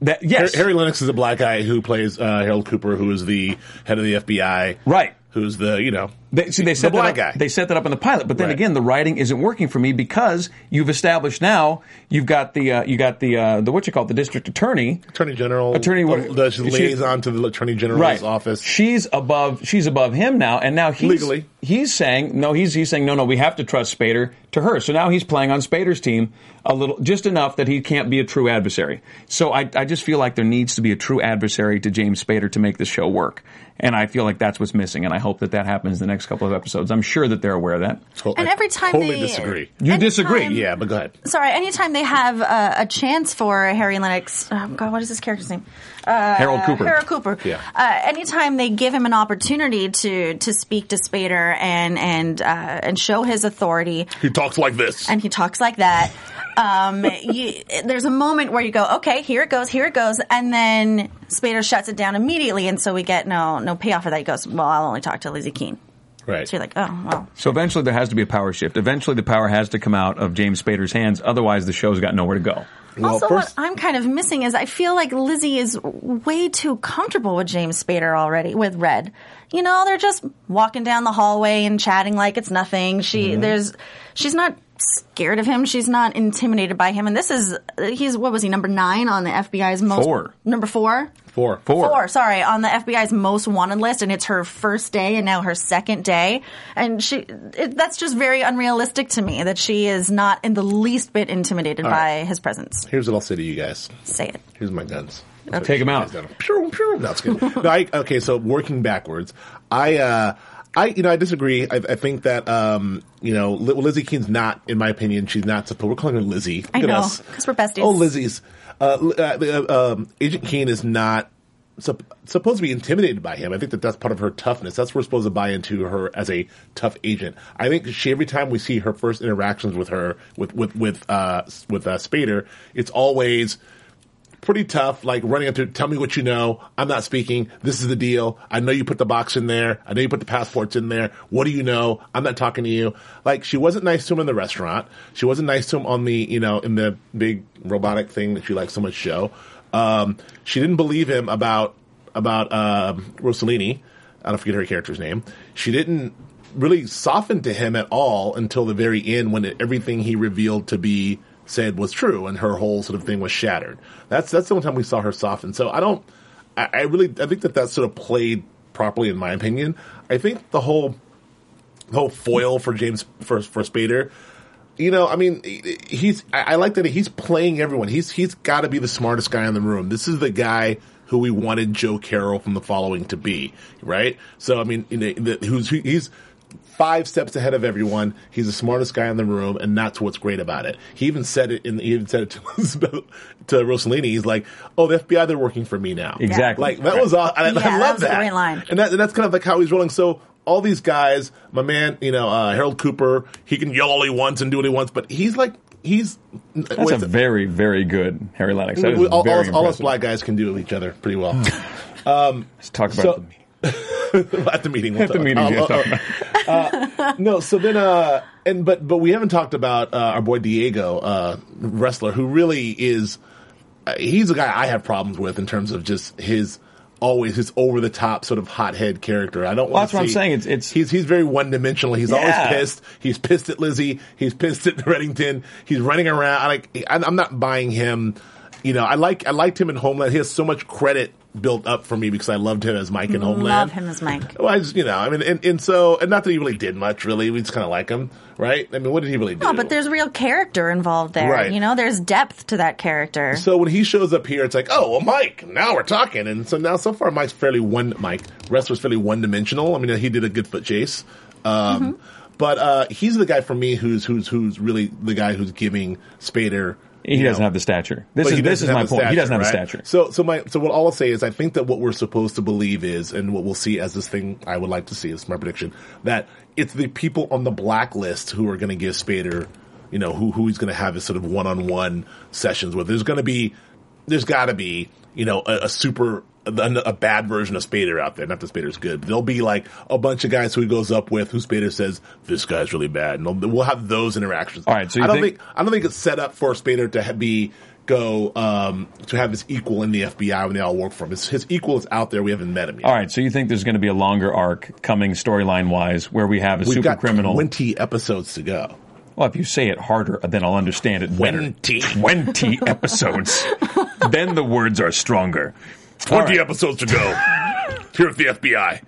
S8: that
S7: Har-
S8: yes,
S7: Harry Lennox is a black guy who plays uh, Harold Cooper, who is the head of the FBI.
S8: Right.
S7: Who's the you know
S8: They, see, they set
S7: black
S8: that up,
S7: guy.
S8: They set that up in the pilot, but then
S7: Right.
S8: again, the writing isn't working for me because you've established now you've got the uh, you got the uh, the what you call it, the district attorney,
S7: Attorney General,
S8: Attorney-
S7: the, the
S8: she-
S7: liaison to the Attorney General's
S8: right?
S7: office.
S8: She's above she's above him now, and now he's,
S7: Legally.
S8: he's saying no, he's he's saying no, no, we have to trust Spader to her. So now he's playing on Spader's team a little, just enough that he can't be a true adversary. So I I just feel like there needs to be a true adversary to James Spader to make this show work, and I feel like that's what's missing, and I hope that that happens the next couple of episodes. I'm sure that they're aware of that.
S7: To-
S4: And
S7: I
S4: every time
S7: totally
S4: they-
S7: disagree.
S8: You
S4: Anytime-
S8: disagree.
S7: yeah, but go ahead.
S4: Sorry, anytime they have uh, a chance for Harry Lennox, oh God, what is his character's name?
S8: Harold Cooper.
S4: Harold Cooper.
S7: Yeah.
S4: Uh, anytime they give him an opportunity to to speak to Spader and and uh, and show his authority,
S7: He talks like this.
S4: and he talks like that. Um, you, there's a moment where you go, okay, here it goes, here it goes, and then Spader shuts it down immediately, and so we get no no payoff for that. He goes, well, I'll only talk to Lizzie Keene.
S7: right.
S4: So you're like, oh well,
S8: So eventually there has to be a power shift. Eventually the power has to come out of James Spader's hands. Otherwise the show's got nowhere to go.
S7: Well,
S4: also,
S7: first-
S4: what I'm kind of missing is I feel like Lizzie is way too comfortable with James Spader already with Red. You know, they're just walking down the hallway and chatting like it's nothing. She there's she's not scared of him. She's not intimidated by him. And this is he's what was he number nine on the FBI's most
S8: Four.
S4: number four
S7: Four.
S8: Four.
S4: four, sorry, on the FBI's most wanted list, and it's her first day and now her second day. And she, it, that's just very unrealistic to me that she is not in the least bit intimidated by his presence.
S7: Here's what I'll say to you guys.
S4: Say it.
S7: Here's my guns.
S8: Take him out.
S7: Pew, pew. No, it's good. No, I, okay, so working backwards, I, uh, I, you know, I disagree. I, I think that, um, you know, Li- Lizzie Keene's not, in my opinion, she's not supposed. We're calling her Lizzie. Look
S4: I
S7: at
S4: know,
S7: us.
S4: 'cause we're besties.
S7: Oh, Lizzie's. Uh, li- uh, uh, um, Agent Keene is not sup- supposed to be intimidated by him. I think that that's part of her toughness. That's we're supposed to buy into her as a tough agent. I think she every time we see her first interactions with her with with with uh, s- with uh, Spader, it's always pretty tough, like running up to tell me what you know. I'm not speaking. This is the deal. I know you put the box in there. I know you put the passports in there. What do you know? I'm not talking to you. Like she wasn't nice to him in the restaurant. She wasn't nice to him on the you know in the big robotic thing that she likes so much show. Um, she didn't believe him uh, about about um Rossellini. I don't forget her character's name. She didn't really softened to him at all until the very end when it, everything he revealed to be said was true and her whole sort of thing was shattered. That's, that's the only time we saw her soften. So I don't, I, I really, I think that that sort of played properly in my opinion. I think the whole, the whole foil for James, for, for Spader, you know, I mean, he's. I, I like that he's playing everyone. He's he's got to be the smartest guy in the room. This is the guy who we wanted Joe Carroll from the following to be, right? So I mean, you know, the, who's who, he's five steps ahead of everyone. He's the smartest guy in the room, and that's what's great about it. He even said it. In, he even said it to to Rossellini. He's like, "Oh, the FBI, they're working for me now."
S8: Exactly.
S7: Like that was all. I, I
S4: Yeah, that
S7: love
S4: was a
S7: that.
S4: great line.
S7: And, that, and that's kind of like how he's rolling. So all these guys, my man, you know, uh, Harold Cooper, he can yell all he wants and do what he wants, but he's like, he's
S8: That's a very, very good Harry Lennox. That is
S7: all, all
S8: very
S7: us, all us
S8: impressive.
S7: black guys can do with each other pretty well.
S8: Let's talk about
S7: so- uh,
S8: it. with me.
S7: at the meeting, we'll
S8: At the
S7: talk-
S8: meeting,
S7: I'll-
S8: yeah,
S7: I'll-
S8: talk about
S7: no, so then, uh, and but but we haven't talked about uh, our boy Diego, uh, wrestler, who really is. Uh, he's a guy I have problems with in terms of just his always his over the top sort of hothead character. I don't.
S8: Well,
S7: want
S8: that's what I'm saying. It's- it's-
S7: he's he's very one dimensional. He's
S8: Yeah.
S7: always pissed. He's pissed at Lizzie. He's pissed at Reddington. He's running around. I like. I'm I'm not buying him. You know, I like I liked him in Homeland. He has so much credit built up for me because I loved him as Mike in Homeland.
S4: Love him as Mike.
S7: Well, I just, you know, I mean, and, and so, and not that he really did much, really. We just kind of like him, right? I mean, what did he really do?
S4: No, but there's real character involved there.
S7: Right.
S4: You know, there's depth to that character.
S7: So when he shows up here, it's like, oh, well, Mike, now we're talking. And so now, so far, Mike's fairly one, Mike, wrestler's fairly one dimensional. I mean, he did a good foot chase. Um,
S4: Mm-hmm.
S7: But uh, he's the guy for me who's, who's, who's really the guy who's giving Spader.
S8: He
S7: you
S8: doesn't
S7: know,
S8: have the stature. This
S7: But
S8: is
S7: he
S8: this
S7: doesn't
S8: is my
S7: have
S8: point.
S7: the
S8: he doesn't have the
S7: right?
S8: stature.
S7: So, so my, so what all I'll say is, I think that what we're supposed to believe is, and what we'll see as this thing I would like to see is my prediction that it's the people on the blacklist who are going to give Spader, you know, who who he's going to have his sort of one on one sessions with. There's going to be, there's got to be, you know, a, a super. A, a bad version of Spader out there. Not that Spader's good, but there'll be like a bunch of guys who he goes up with who Spader says this guy's really bad, and they'll- we'll have those interactions.
S8: All right, so you
S7: I don't
S8: think-
S7: think I don't think it's set up for Spader to ha- be go um, to have his equal in the FBI when they all work for him. His, his equal is out there. We haven't met him yet.
S8: All right, so you think there's going to be a longer arc coming storyline wise where we have a
S7: We've
S8: super
S7: got
S8: criminal?
S7: twenty episodes to go.
S8: Well, if you say it harder, then I'll understand it better.
S7: 20.
S8: 20 episodes. then the words are stronger. All
S7: Twenty
S8: right.
S7: episodes to go. Here at the FBI.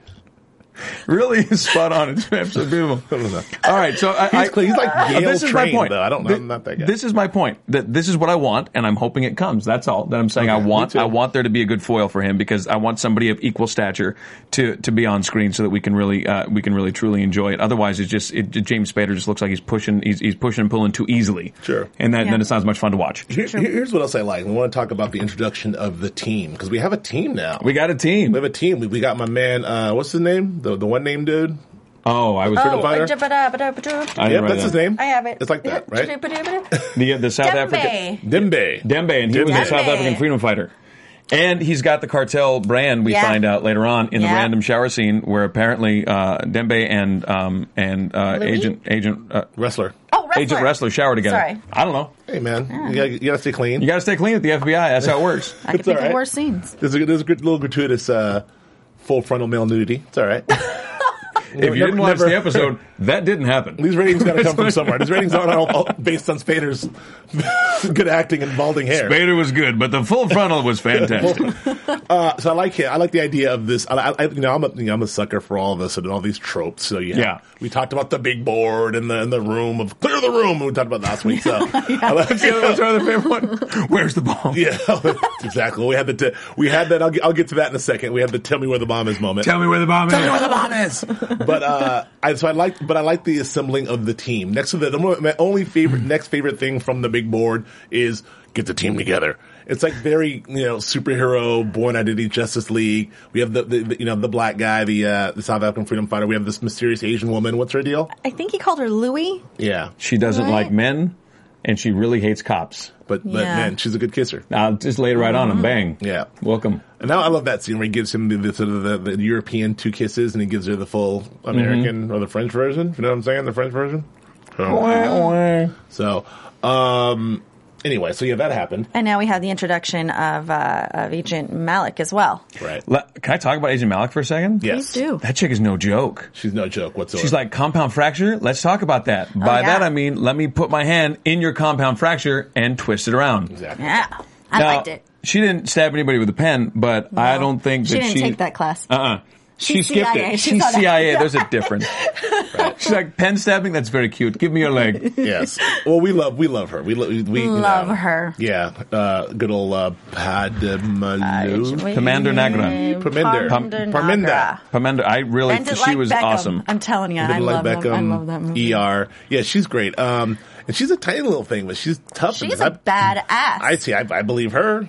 S8: Really spot on. It's absolutely beautiful.
S7: I don't know.
S8: All right, so I,
S7: He's cl-
S8: I,
S7: he's like
S8: Uh,
S7: Yale trained, though. I don't-
S8: Thi-
S7: I'm not that guy.
S8: This is my point. That this is what I want, and I'm hoping it comes. That's all that I'm saying. I
S7: Okay, me
S8: want.
S7: too.
S8: I want there to be a good foil for him because I want somebody of equal stature to to be on screen so that we can really uh, we can really truly enjoy it. Otherwise, it's just it, James Spader just looks like he's pushing he's, he's pushing and pulling too easily.
S7: Sure.
S8: and that,
S4: Yeah.
S8: then it's not as much fun to watch.
S7: Here- here's what else I like. We want to talk about the introduction of the team because we have a team now.
S8: We got a team.
S7: We have a team. We, we got my man. Uh, what's his name? The the one name dude.
S8: Oh, I was.
S4: Oh,
S7: Fighter?
S8: I
S4: I
S8: didn't
S7: Yep,
S8: write
S7: that's
S8: that.
S7: his name.
S4: I have it.
S7: It's like that, right?
S8: The the South
S4: Dembe.
S8: African
S7: Dembe.
S8: Dembe, and he was a
S4: Dembe.
S8: South African freedom fighter. And he's got the cartel brand. We
S4: Yeah.
S8: find out later on in the
S4: Yeah.
S8: random shower scene where apparently uh, Dembe and um, and uh,
S4: Louis?
S8: agent agent uh,
S7: Wrestler.
S4: Oh, wrestler.
S8: agent wrestler shower together.
S4: Sorry.
S8: I don't know.
S7: Hey man, you, gotta, you gotta stay clean.
S8: You got to stay clean at the FBI. That's how it works.
S4: I could
S7: It's
S4: think
S7: all
S4: of
S7: right.
S4: worse scenes.
S7: There's a, there's a good little gratuitous uh, full frontal male nudity. It's all right.
S8: if you didn't watch the episode, that didn't happen.
S7: These ratings got to come from somewhere. These ratings aren't all, all based on Spader's good acting and balding hair.
S8: Bader was good, but the full frontal was fantastic.
S7: Uh, so I like it. I like the idea of this. I, I, you know, I'm a, you know, I'm a sucker for all this and all these tropes. So yeah,
S8: Yeah.
S7: we talked about the big board and the and the room of clear the room. We talked about last week. So I like-
S8: That's the other that's our other favorite one. Where's the ball?
S7: yeah, exactly. We had the t- we had that. I'll, get- I'll get to that in a second. We had the tell me where the bomb is moment.
S8: Tell me where the bomb is.
S7: but uh, I, so I like, but I like the assembling of the team. Next to the, the one- my only favorite, next favorite thing from the big board is get the team together. It's like very you know superhero Born Identity Justice League. We have the, the, the you know the black guy, the uh, the South African freedom fighter. We have this mysterious Asian woman. What's her deal?
S4: I think he called her Louie.
S7: Yeah,
S8: She doesn't
S4: What?
S8: like men, and she really hates cops.
S7: but but
S4: Yeah.
S7: man, she's a good kisser.
S8: I'll just lay it right on him. Bang.
S4: Mm-hmm.
S7: Yeah.
S8: Welcome.
S7: And now I love that scene where he gives him the the, sort of the, the European two kisses, and he gives her the full American or the French
S4: Mm-hmm.
S7: version. You know what I'm saying? The French version. So- So, um, Anyway, so yeah, that happened.
S4: And now we have the introduction of, uh, of Agent Malik as well.
S7: Right.
S8: Le- can I talk about Agent Malik for a second?
S7: Yes.
S4: Please do.
S8: That chick is no joke.
S7: She's no joke whatsoever.
S8: She's like compound fracture. Let's talk about that. By
S4: Oh, yeah.
S8: that I mean, let me put my hand in your compound fracture and twist it around.
S7: exactly.
S4: Yeah, I
S8: Now,
S4: liked it.
S8: She didn't stab anybody with a pen, but I don't think
S4: She
S8: that
S4: didn't
S8: she
S4: take that class.
S8: Uh-uh. She
S4: She's
S8: skipped
S4: CIA.
S8: it.
S4: She
S8: She's
S4: saw that.
S8: CIA. There's a difference. She's like pen stabbing. That's very cute. Give me your leg.
S7: yes. Well, we love we love her. We lo- we we, you
S4: Love
S7: know.
S4: her.
S7: Yeah. Uh, good old uh, Padmalu.
S8: Commander Nagra.
S7: Parminder.
S4: Parminder.
S7: Parminder.
S4: Nagra.
S8: Pamanda, I really
S4: Bend it
S8: she
S4: like
S8: was
S4: Beckham.
S8: awesome.
S4: I'm telling you, I
S7: Little
S4: love
S7: Leg
S4: them. I love that movie.
S7: ER. Yeah, she's great. Um, and she's a tiny little thing, but she's tough.
S4: She's
S7: and
S4: a badass.
S7: I see. I, I believe her.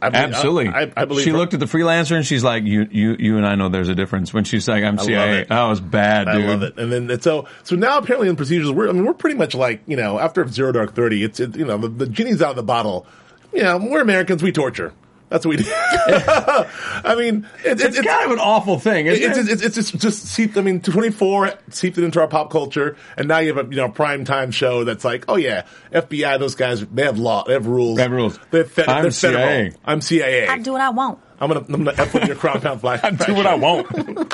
S7: I believe,
S8: Absolutely.
S7: I, I believe
S8: she
S7: her.
S8: looked at the freelancer and she's like, "You, you, you and I know there's a difference." When she's like, "I'm
S7: love
S8: CIA,"
S7: it.
S8: that was bad,
S7: I
S8: dude.
S7: love it. And then and so so now apparently in procedures we're I mean we're pretty much like you know after Zero Dark Thirty it's it, you know the, the genie's out of the bottle. You know we're Americans we torture. That's what we do. I mean it,
S8: It's,
S7: it's
S8: kind of an awful thing. Isn't
S7: it's,
S8: it?
S7: it's, it's just just seeped. I mean, twenty four seeped it into our pop culture, and now you have a you know prime time show that's like, oh yeah, FBI. Those guys, they have law, they have rules,
S8: They have rules.
S7: They're, fe-
S8: I'm
S7: they're federal.
S8: CIA.
S7: I'm CIA.
S4: I do what I want.
S7: I'm gonna I'm gonna f with your compound fly.
S8: I do what I want.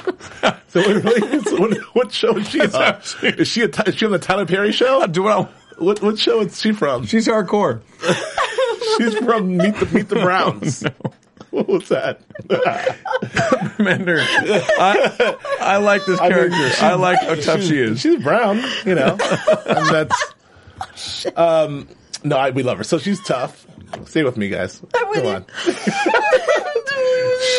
S7: So what really, so what, what show is she on? Is she, a, Ty- is she on the Tyler Perry show?
S8: I do what I want.
S7: What, what show is she from?
S8: She's hardcore.
S7: She's from Meet the Meet the Browns. What was that?
S8: Commander, I, I like this
S7: I mean,
S8: character.
S7: she's-
S8: I, like how tough she is.
S7: She's brown, you know. And that's um no, I, we love her. So she's tough. Stay with me, guys.
S4: I'm with
S7: Come
S4: you.
S7: on.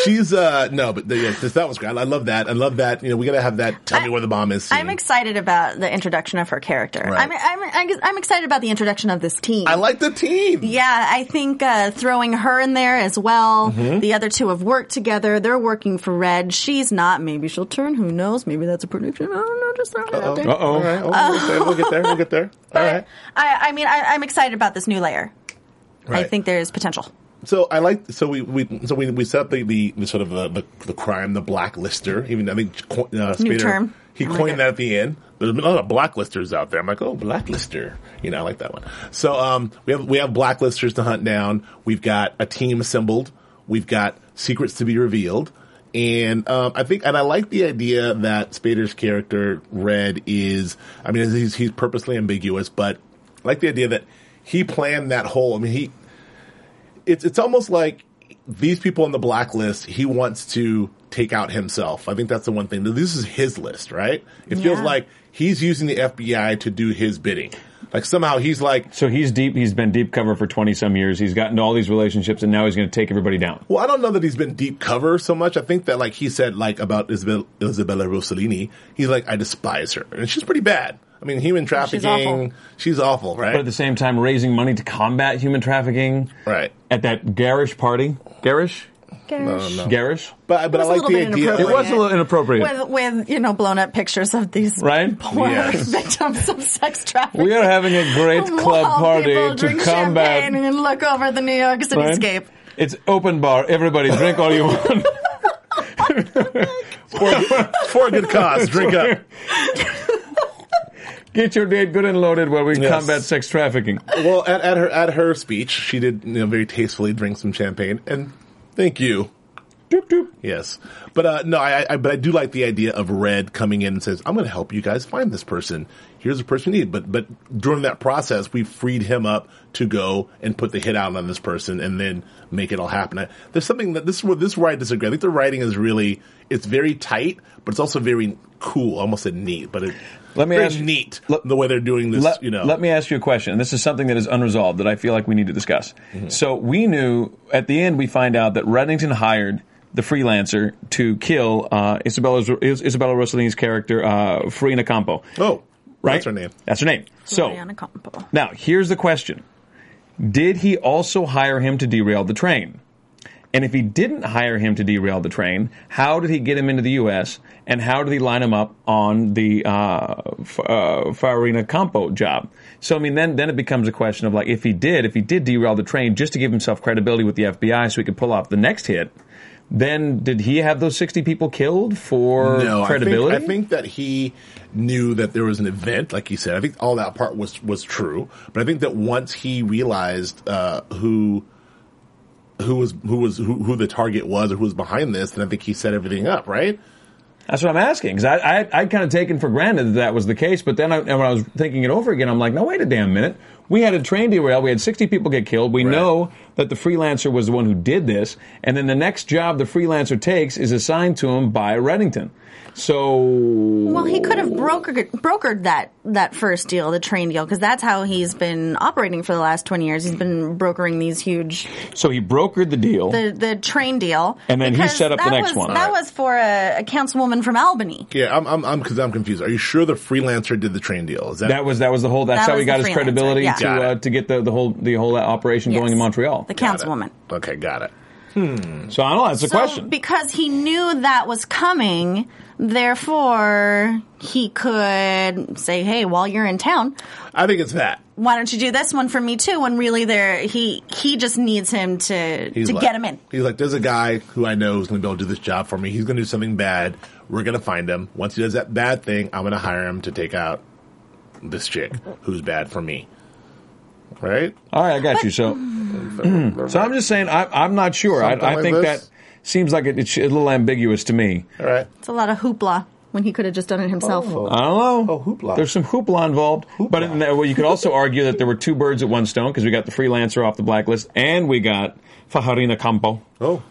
S7: She's uh no, but the, yes, that was great. I love that. I love that. You know, we gotta have that. Tell me
S4: I-
S7: where the bomb is.
S4: I'm
S7: scene.
S4: excited about the introduction of her character.
S7: Right.
S4: I'm, I'm, I'm, ex- I'm excited about the introduction of this team.
S7: I like the team.
S4: yeah, I think uh, throwing her in there as well.
S7: Mm-hmm.
S4: The other two have worked together. They're working for Red. She's not. Maybe she'll turn. Who knows? Maybe that's a prediction. I don't know. Just throwing it out there.
S8: Uh-oh.
S7: All right. Oh, we'll, get there. we'll get there. We'll get there. All right.
S4: I, I mean, I, I'm excited about this new layer. I
S7: Right.
S4: think there is potential.
S7: So I like so we, we so we we set up the, the, the sort of the, the the crime the blacklister. Even I think co- uh, Spader,
S4: New term. Oh
S7: He
S4: I like
S7: coined
S4: it.
S7: that at the end. There's been a lot of blacklisters out there. I'm like, oh, blacklister. You know, I like that one. So um, we have we have blacklisters to hunt down. We've got a team assembled. We've got secrets to be revealed. And um, I think, and I like the idea that Spader's character Red is. I mean, he's he's purposely ambiguous, but I like the idea that he planned that whole. I mean, he it's it's almost like these people on the blacklist he wants to take out himself. I think that's the one thing. This is his list, right? It feels
S4: Yeah.
S7: like he's using the FBI to do his bidding. Like somehow he's like,
S8: So he's deep. He's been deep cover for twenty some years. He's gotten to all these relationships, and now he's going to take everybody down.
S7: well, I don't know that he's been deep cover so much. I think that like he said like about Isabel, Isabella Rossellini, he's like I despise her, and she's pretty bad. I mean, human trafficking, she's awful,
S4: awful.
S7: right?
S8: But at the same time, raising money to combat human trafficking.
S7: Right.
S8: At that garish party, garish,
S7: Um, Oh.
S8: garish.
S7: But but I
S4: was a
S7: like
S4: little
S7: the
S4: bit
S7: idea.
S8: It was a little inappropriate.
S4: with with you know blown up pictures of these
S8: Right?
S4: poor
S7: Yes.
S4: victims of sex trafficking.
S8: We are having a great club
S4: While
S8: party
S4: people
S8: to
S4: drink
S8: combat-
S4: champagne and look over the New York cityscape.
S8: It's open bar. Everybody drink all you want.
S7: for, a good- for a good cause. Drink up.
S8: Get your date good and loaded while we
S7: Yes.
S8: combat sex trafficking.
S7: well, at, at her at her speech, she did you know, very tastefully drink some champagne, and thank you.
S8: Doop, doop.
S7: Yes, but uh, no, I, I but I do like the idea of Red coming in and says, "I'm going to help you guys find this person. Here's the person you need." But but during that process, we freed him up to go and put the hit out on this person, and then make it all happen. I, there's something that this is where this is where I disagree. I think the writing is really it's very tight, but it's also very cool, almost a neat, but it,
S8: Let me
S7: very
S8: ask you-
S7: neat
S8: let-
S7: the way they're doing this.
S8: Let,
S7: you know,
S8: let me ask you a question. And this is something that is unresolved that I feel like we need to discuss.
S7: Mm-hmm.
S8: So we knew at the end we find out that Reddington hired the freelancer to kill uh, Isabella's, Is- Isabella Rossellini's character, uh, Farina Campo.
S7: Oh,
S8: right?
S7: that's her name.
S8: That's her name. So
S4: Ariana Campo.
S8: now here's the question: Did he also hire him to derail the train? And if he didn't hire him to derail the train, how did he get him into the U.S. and how did he line him up on the uh, F- uh, Farina Campo job? So I mean, then then it becomes a question of like, if he did, if he did derail the train just to give himself credibility with the FBI, so he could pull off the next hit, then did he have those 60 people killed for
S7: no, I think-
S8: credibility?
S7: I think, that he knew that there was an event, like he said. I think all that part was was true, but I think that once he realized uh, who who was who was who, who the target was or who was behind this, then I think he set everything up, right?
S8: That's what I'm asking because I, I I'd kind of taken for granted that that was the case, but then I, and when I was thinking it over again, I'm like, no, wait a damn minute. We had a train derail. We had 60 people get killed. We
S7: Right.
S8: know that the freelancer was the one who did this, and then the next job the freelancer takes is assigned to him by Reddington. So
S4: Well, he could have brokered brokered that that first deal, the train deal, because that's how he's been operating for the last twenty years. He's been brokering these huge
S8: so he brokered the deal.
S4: the the train deal,
S8: And then he
S4: because
S8: set up the
S4: that
S8: next
S4: was-
S8: one.
S4: That
S8: Right.
S4: was for a, a councilwoman from Albany.
S7: Yeah, I'm I'm I'm because I'm confused. Are you sure the freelancer did the train deal? Is that,
S8: that was that was the whole. That's
S4: That
S8: how
S4: was
S8: he got
S4: the
S8: his
S4: freelancer,
S8: credibility
S4: yeah.
S8: to
S7: Got
S8: uh,
S7: it.
S8: to get the, the whole the whole operation
S4: Yes.
S8: going in Montreal.
S4: the
S7: Got it.
S4: councilwoman.
S7: Okay, got it.
S8: So I don't know. That's the
S4: So,
S8: question.
S4: because he knew that was coming, therefore he could say, "Hey, while you're in town,
S7: I think it's that.
S4: why don't you do this one for me too?" When really, there he he just needs him to
S7: He's
S4: to
S7: like-
S4: get him in.
S7: He's like, there's a guy who I know is going to be able to do this job for me. He's going to do something bad. We're going to find him. Once he does that bad thing, I'm going to hire him to take out this chick who's bad for me. Right?
S8: All right, I got you. So, so I'm just saying, I, I'm not sure. I,
S7: Something
S8: I
S7: like
S8: think
S7: this?
S8: that seems like it, it's a little ambiguous to me.
S7: All right.
S4: It's a lot of hoopla when he could have just done it himself.
S8: I don't know.
S7: Oh, hoopla.
S8: There's some hoopla involved. But in there, well, you could also argue that there were two birds at one stone because we got the freelancer off the blacklist and we got Fajarina Campo.
S7: Oh.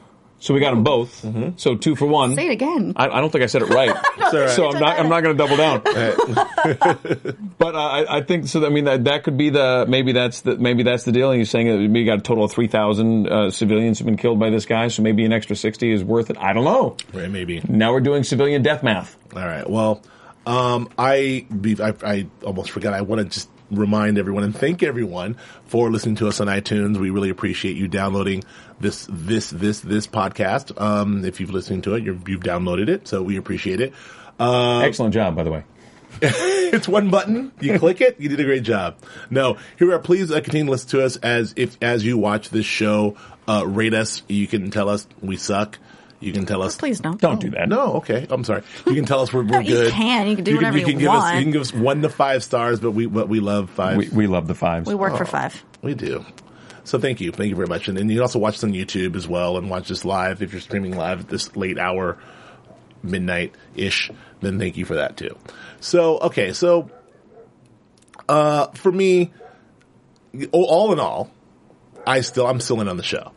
S8: So we got them both.
S7: Mm-hmm.
S8: So two for one.
S4: Say it again.
S8: I, I don't think I said it right.
S7: think
S8: So
S7: you
S8: I'm
S4: did
S8: not. I'm
S4: it.
S8: not going to double down.
S7: Right.
S8: But uh, I, I think so. I mean, that, that could be the maybe that's the maybe that's the deal. And he's saying that we got a total of three thousand uh, civilians have been killed by this guy, so maybe an extra sixty is worth it. I don't know.
S7: Right, maybe.
S8: Now we're doing civilian death math.
S7: All right. Well, um, I, be- I I almost forgot. I want to just remind everyone and thank everyone for listening to us on iTunes. We really appreciate you downloading this this this this podcast. Um, if you've listened to it, you've, you've downloaded it, so we appreciate it. Uh,
S8: Excellent job, by the way.
S7: it's one button. You click it. You did a great job. No, here we are. Please uh, continue to listen to us as if as you watch this show. Uh, rate us. You can tell us we suck. You can tell us.
S4: Please don't.
S8: Don't do that.
S7: No, okay. I'm sorry. You can tell us we're, we're
S4: you
S7: good.
S4: can. You can do whatever you
S7: can give Us,
S4: want.
S7: you can give us one to five stars, but we but we love five.
S8: We, we love the fives.
S4: We work
S7: Oh.
S4: for five.
S7: We do. So thank you, thank you very much, and, and you can also watch this on YouTube as well, and watch this live if you're streaming live at this late hour, midnight ish. Then thank you for that too. So okay, so uh, for me, all- all in all, I still I'm still in on the show,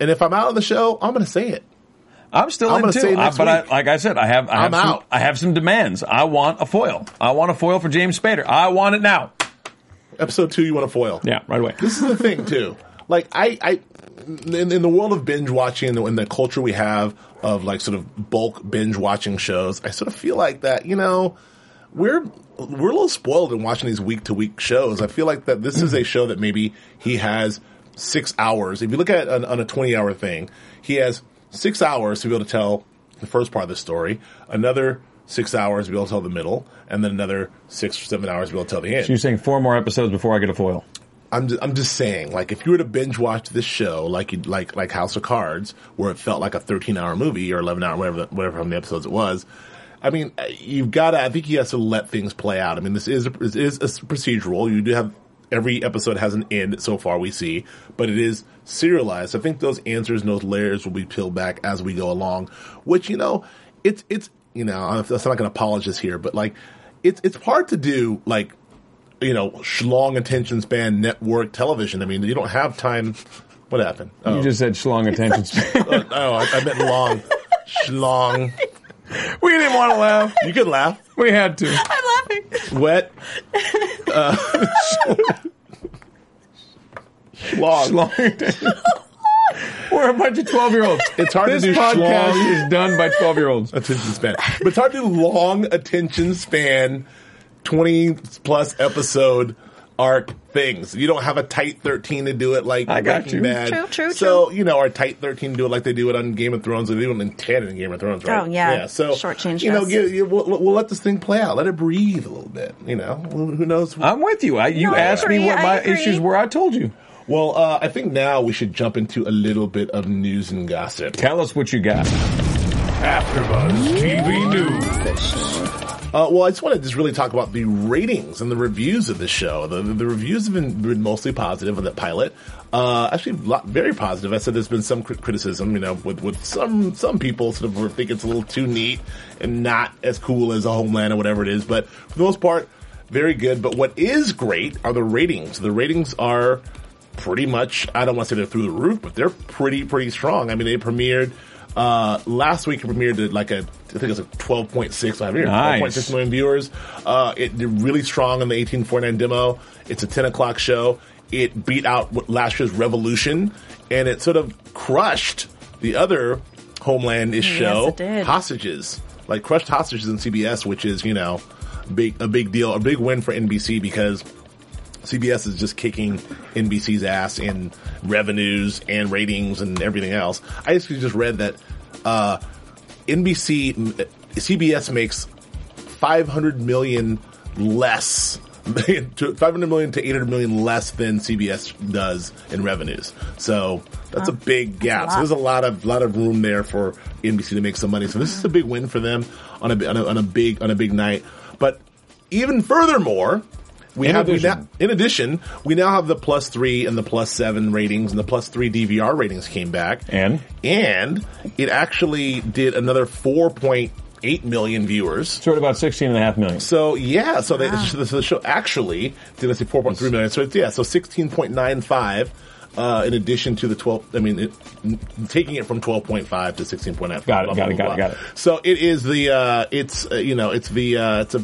S7: and if I'm out on the show, I'm going to say it.
S8: I'm still
S7: I'm
S8: in
S7: gonna
S8: too.
S7: say
S8: I-
S7: next
S8: but I,
S7: week.
S8: like I said, I have. I have
S7: I'm
S8: some,
S7: out.
S8: I have some demands. I want a foil. I want a foil for James Spader. I want it now.
S7: Episode two, you want to foil?
S8: Yeah, right away.
S7: this is the thing too. Like I, I in, in the world of binge watching and the, and the culture we have of like sort of bulk binge watching shows, I sort of feel like that. You know, we're we're a little spoiled in watching these week to week shows. I feel like that this is a show that maybe he has six hours. If you look at it on, on a twenty hour thing, he has six hours to be able to tell the first part of the story. Another. Six hours to be able to tell the middle, and then another six or seven hours to be able to tell the end.
S8: So you're saying four more episodes before I get a foil?
S7: I'm just, I'm just saying, like, if you were to binge watch this show, like you like like House of Cards, where it felt like a 13 hour movie or 11 hour, whatever, whatever how many episodes it was. I mean, uh, you've got to. I think you have to let things play out. I mean, this is a, this is a s- procedural. You do have every episode has an end so far we see, but it is serialized. I think those answers and those layers will be peeled back as we go along. Which you know, it's it's you know, I'm I'm not going to apologize here, but like, it's it's hard to do like you know, sh- long attention span network television. I mean, you don't have time. What happened? Oh,
S8: You just said schlong attention span.
S7: oh, I, I meant long. Schlong.
S8: we didn't want to laugh.
S7: You could laugh.
S8: We had to.
S4: I'm laughing.
S7: Wet. Uh, schlong.
S8: We're a bunch of 12 year olds.
S7: It's hard to
S8: this
S7: do
S8: podcast
S7: schlong.
S8: is done by 12 year olds.
S7: Attention span. But it's hard to do long attention span, 20 plus episode arc things. You don't have a tight 13 to do it like
S8: I got
S7: Breaking
S8: you.
S7: Bad.
S4: True, true,
S7: So, you know, our tight 13 do it like they do it on Game of Thrones. They do it in 10 in Game of Thrones, right?
S4: Oh, yeah.
S7: So,
S4: Shortchanged
S7: you know,
S4: us.
S7: give, you- we'll, we'll let this thing play out. Let it breathe a little bit. You know, who who knows?
S8: Uh, I'm with you. I, you
S4: No, I
S8: asked me
S4: agree,
S8: what
S4: I
S8: my
S4: agree.
S8: issues were. I told you.
S7: Well, uh, I think now we should jump into a little bit of news and gossip.
S8: Tell us what you got.
S10: AfterBuzz TV News.
S7: Uh, well, I just want to just really talk about the ratings and the reviews of the show. The, the reviews have been, been mostly positive of the pilot. Uh, actually, a lot, very positive. I said there's been some cri- criticism, you know, with, with some some people sort of think it's a little too neat and not as cool as a Homeland or whatever it is. But for the most part, very good. But what is great are the ratings. The ratings are pretty much I don't want to say they're through the roof, but they're pretty pretty strong. I mean, they premiered uh, last week. It premiered at like a I think it's a twelve point six. I have it here
S8: Nice.
S7: twelve point six million viewers. Uh, it did really strong in the eighteen forty nine demo. It's a ten o'clock show. It beat out what last year's Revolution, and it sort of crushed the other Homeland ish
S4: Mm, Yes,
S7: show
S4: it did.
S7: hostages, like crushed hostages in CBS, which is you know big a big deal, a big win for NBC because CBS is just kicking NBC's ass in revenues and ratings and everything else. I actually just read that uh, NBC CBS makes 500 million less. to 500 million to 800 million less than CBS does in revenues. So that's a big gap. So
S4: a lot.
S7: there's a lot of lot of room there for NBC to make some money. So this is a big win for them on a on a, on a big on a big night. But even furthermore, we
S11: In
S7: have we
S11: addition.
S7: now- in addition, we now have the plus three and the plus seven ratings and the plus three DVR ratings came back.
S8: And?
S7: And it actually did another 4.8 million viewers.
S8: Sort of about 16 and a half million.
S7: So yeah, so they, so the show actually did let's see 4.3 million. So it's, yeah, so 16.95. Uh, in addition to the 12, I mean, it, taking it from 12.5 to 16.9.
S8: Got it, got it, got it, got it.
S7: So it is the, uh, it's, uh, you know, it's the, uh, it's a, I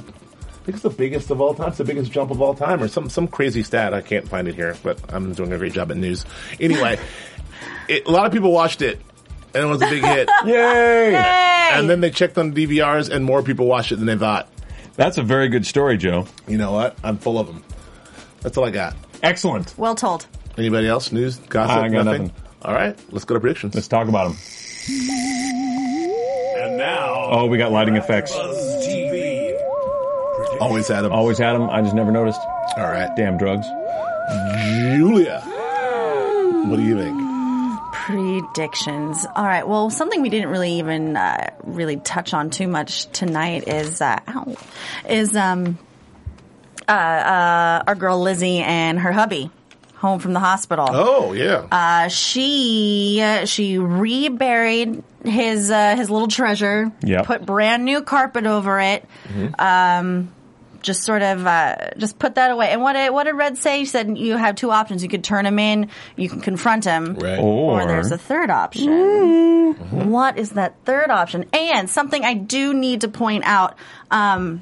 S7: think it's the biggest of all time. It's the biggest jump of all time, or some some crazy stat. I can't find it here, but I'm doing a great job at news. Anyway, it, a lot of people watched it, and it was a big hit.
S8: Yay!
S7: And then they checked on DVRs, and more people watched it than they thought.
S8: That's a very good story, Joe.
S7: You know what? I'm full of them. That's all I got.
S8: Excellent.
S4: Well told.
S7: Anybody else? News? Gossip?
S8: I got
S7: nothing?
S8: nothing.
S7: All right, let's go to predictions.
S8: Let's talk about them.
S10: And now,
S8: Oh, we got lighting effects.
S10: Buzz TV.
S7: Always Adam.
S8: Always had them. I just never noticed.
S7: All right.
S8: Damn drugs.
S7: Julia. What do you think?
S4: predictions. All right. Well, something we didn't really even uh, really touch on too much tonight is uh, ow, is um uh, uh our girl Lizzie and her hubby home from the hospital.
S7: Oh, yeah.
S4: Uh, she uh, she reburied his uh, his little treasure.
S8: Yep.
S4: Put brand new carpet over it. Um, just sort of uh, just put that away. And what did, what did Red say? She said you have two options. You could turn him in. You can confront him.
S7: Right.
S4: Or,
S8: Or- Mm-hmm.
S4: there's a third option. What is that third option? And something I do need to point out. Um,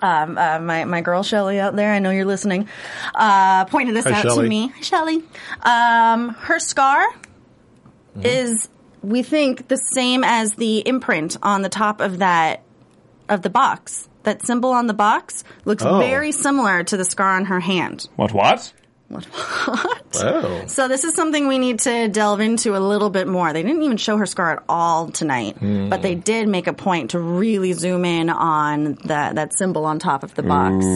S4: um, uh, my my girl Shelly out there, I know you're listening. Uh, pointed this
S7: Hi,
S4: out
S7: Shelley.
S4: to me, Hi, Shelly. Um, her scar is we think the same as the imprint on the top of that of the box. That symbol on the box looks
S7: Oh.
S4: very similar to the scar on her hand.
S8: What? What?
S4: What? what?
S7: oh.
S4: So this is something we need to delve into a little bit more. They didn't even show her scar at all tonight, but they did make a point to really zoom in on that that symbol on top of the box.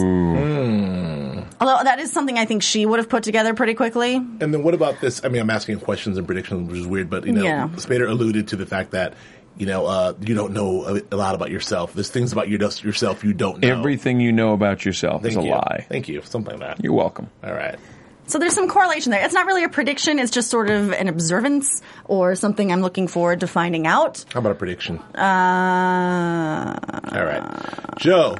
S4: Although that is something I think she would have put together pretty quickly.
S7: And then what about this? I mean, I'm asking questions and predictions, which is weird, but you know,
S4: Yeah.
S7: Spader alluded to the fact that you know uh, you don't know a, a lot about yourself. There's things about your, yourself you don't know.
S8: Everything you know about yourself
S7: Thank
S8: is a
S7: you.
S8: lie.
S7: Thank you. Something like that.
S8: You're welcome.
S7: All right.
S4: So there's some correlation there. It's not really a prediction. It's just sort of an observance or something I'm looking forward to finding out.
S7: How about a prediction?
S4: Uh,
S7: All right, Joe.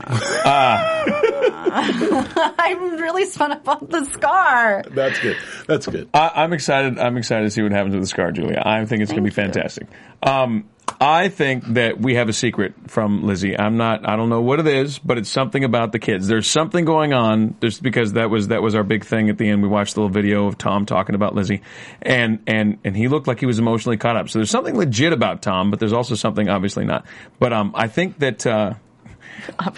S4: I'm really spun up on the scar.
S7: That's good. That's good.
S8: I, I'm excited. I'm excited to see what happens with the scar, Julia. I think it's going to be fantastic. Um, I think that we have a secret from Lizzie. I'm not. I don't know what it is, but it's something about the kids. There's something going on. There's because that was that was our big thing at the end. We watched the little video of Tom talking about Lizzie, and and and he looked like he was emotionally caught up. So there's something legit about Tom, but there's also something obviously not. But um, I think that. Uh,
S4: That's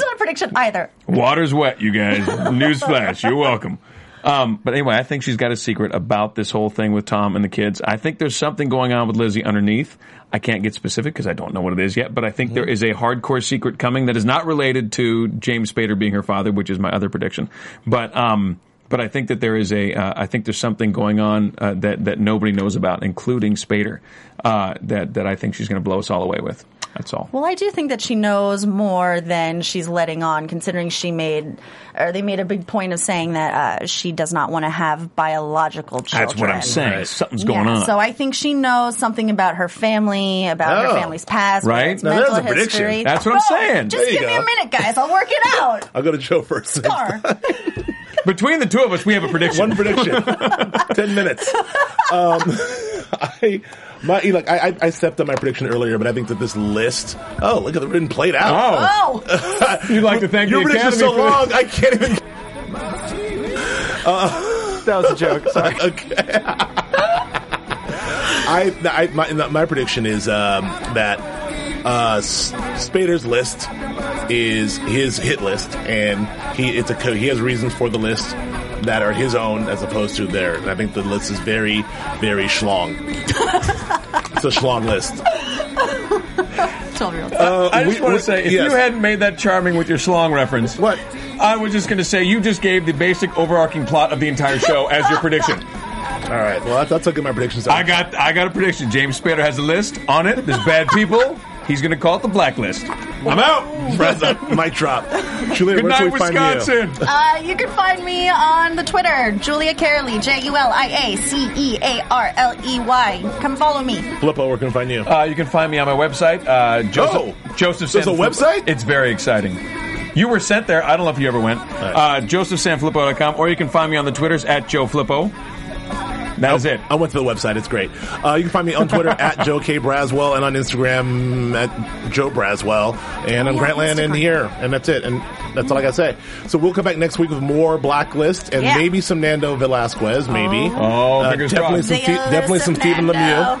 S4: not a prediction either.
S8: Water's wet, you guys. Newsflash. You're welcome. Um, but anyway, I think she's got a secret about this whole thing with Tom and the kids. I think there's something going on with Lizzie underneath. I can't get specific because I don't know what it is yet, but I think
S4: Mm-hmm.
S8: there is a hardcore secret coming that is not related to James Spader being her father, which is my other prediction. But um, But I think that there is a, uh, I think there's something going on uh, that that nobody knows about, including Spader, uh, that that I think she's going to blow us all away with. That's all.
S4: Well, I do think that she knows more than she's letting on, considering she made, or they made a big point of saying that uh, she does not want to have biological children.
S8: That's what I'm saying. Something's going
S4: yeah,
S8: on.
S4: So I think she knows something about her family, about
S7: Oh.
S4: her family's past,
S8: Right?
S4: Its
S8: Now
S7: there's
S4: mental
S7: a prediction.
S4: history.
S8: That's what I'm
S4: Boom!
S8: saying.
S4: Just
S7: There you
S4: give me
S7: go.
S4: a minute, guys. I'll work it out.
S7: I'll go to Joe first.
S4: Star.
S8: Between the two of us, we have a prediction.
S7: One prediction. Ten minutes. Um, I my like I, I I stepped on my prediction earlier, but I think that this list. Oh, look at it been played out.
S8: Oh,
S4: Oh,
S8: you'd like to thank
S7: Your
S8: the
S7: prediction's
S8: Academy
S7: so
S8: for
S7: long,
S8: this.
S7: I can't even. Uh,
S9: That was a joke. Sorry.
S7: Okay. I, I my, my prediction is um, that uh, S- Spader's list is his hit list, and he it's a co- he has reasons for the list that are his own as opposed to their. And I think the list is very very schlong. it's a schlong list.
S4: twelve year old.
S8: I just
S7: Uh, we-
S8: want
S7: we-
S8: to say, if
S7: yes.
S8: you hadn't made that charming with your slong reference,
S7: What?
S8: I was just going to say, you just gave the basic overarching plot of the entire show as your prediction.
S7: All right. Well, that's, that's how good my predictions are.
S8: I got, I got a prediction. James Spader has a list on it. There's bad people. He's going to call it the blacklist. I'm out.
S7: Brezza, mic drop. Julia,
S8: Good
S7: where
S8: night,
S7: can we find you?
S8: Wisconsin.
S4: Uh, you can find me on the Twitter, Julia Carley, J U L I A C E A R L E Y. Come follow me.
S7: Flippo, where can we find you?
S8: Uh, you can find me on my website, uh, Joseph.
S7: Oh.
S8: Joseph.
S7: There's a
S8: Sanfilippo.
S7: website?
S8: It's very exciting. You were sent there. I don't know if you ever went. Uh, JosephSanfilippo.com, or you can find me on the Twitters at JoeFlippo. That is it.
S7: I went to the website. It's great. Uh, you can find me on Twitter at Joe K Braswell and on Instagram at Joe Braswell and on
S4: yeah,
S7: Grantland and
S4: Instagram.
S7: here. And that's it. And that's all I got to say. So we'll come back next week with more Blacklist and
S4: Yeah.
S7: maybe some Nando Velasquez. Maybe.
S8: Oh,
S7: Uh,
S8: fingers
S7: definitely
S8: crossed.
S7: some Ste-
S4: Dear
S7: definitely some Stephen Lemieux.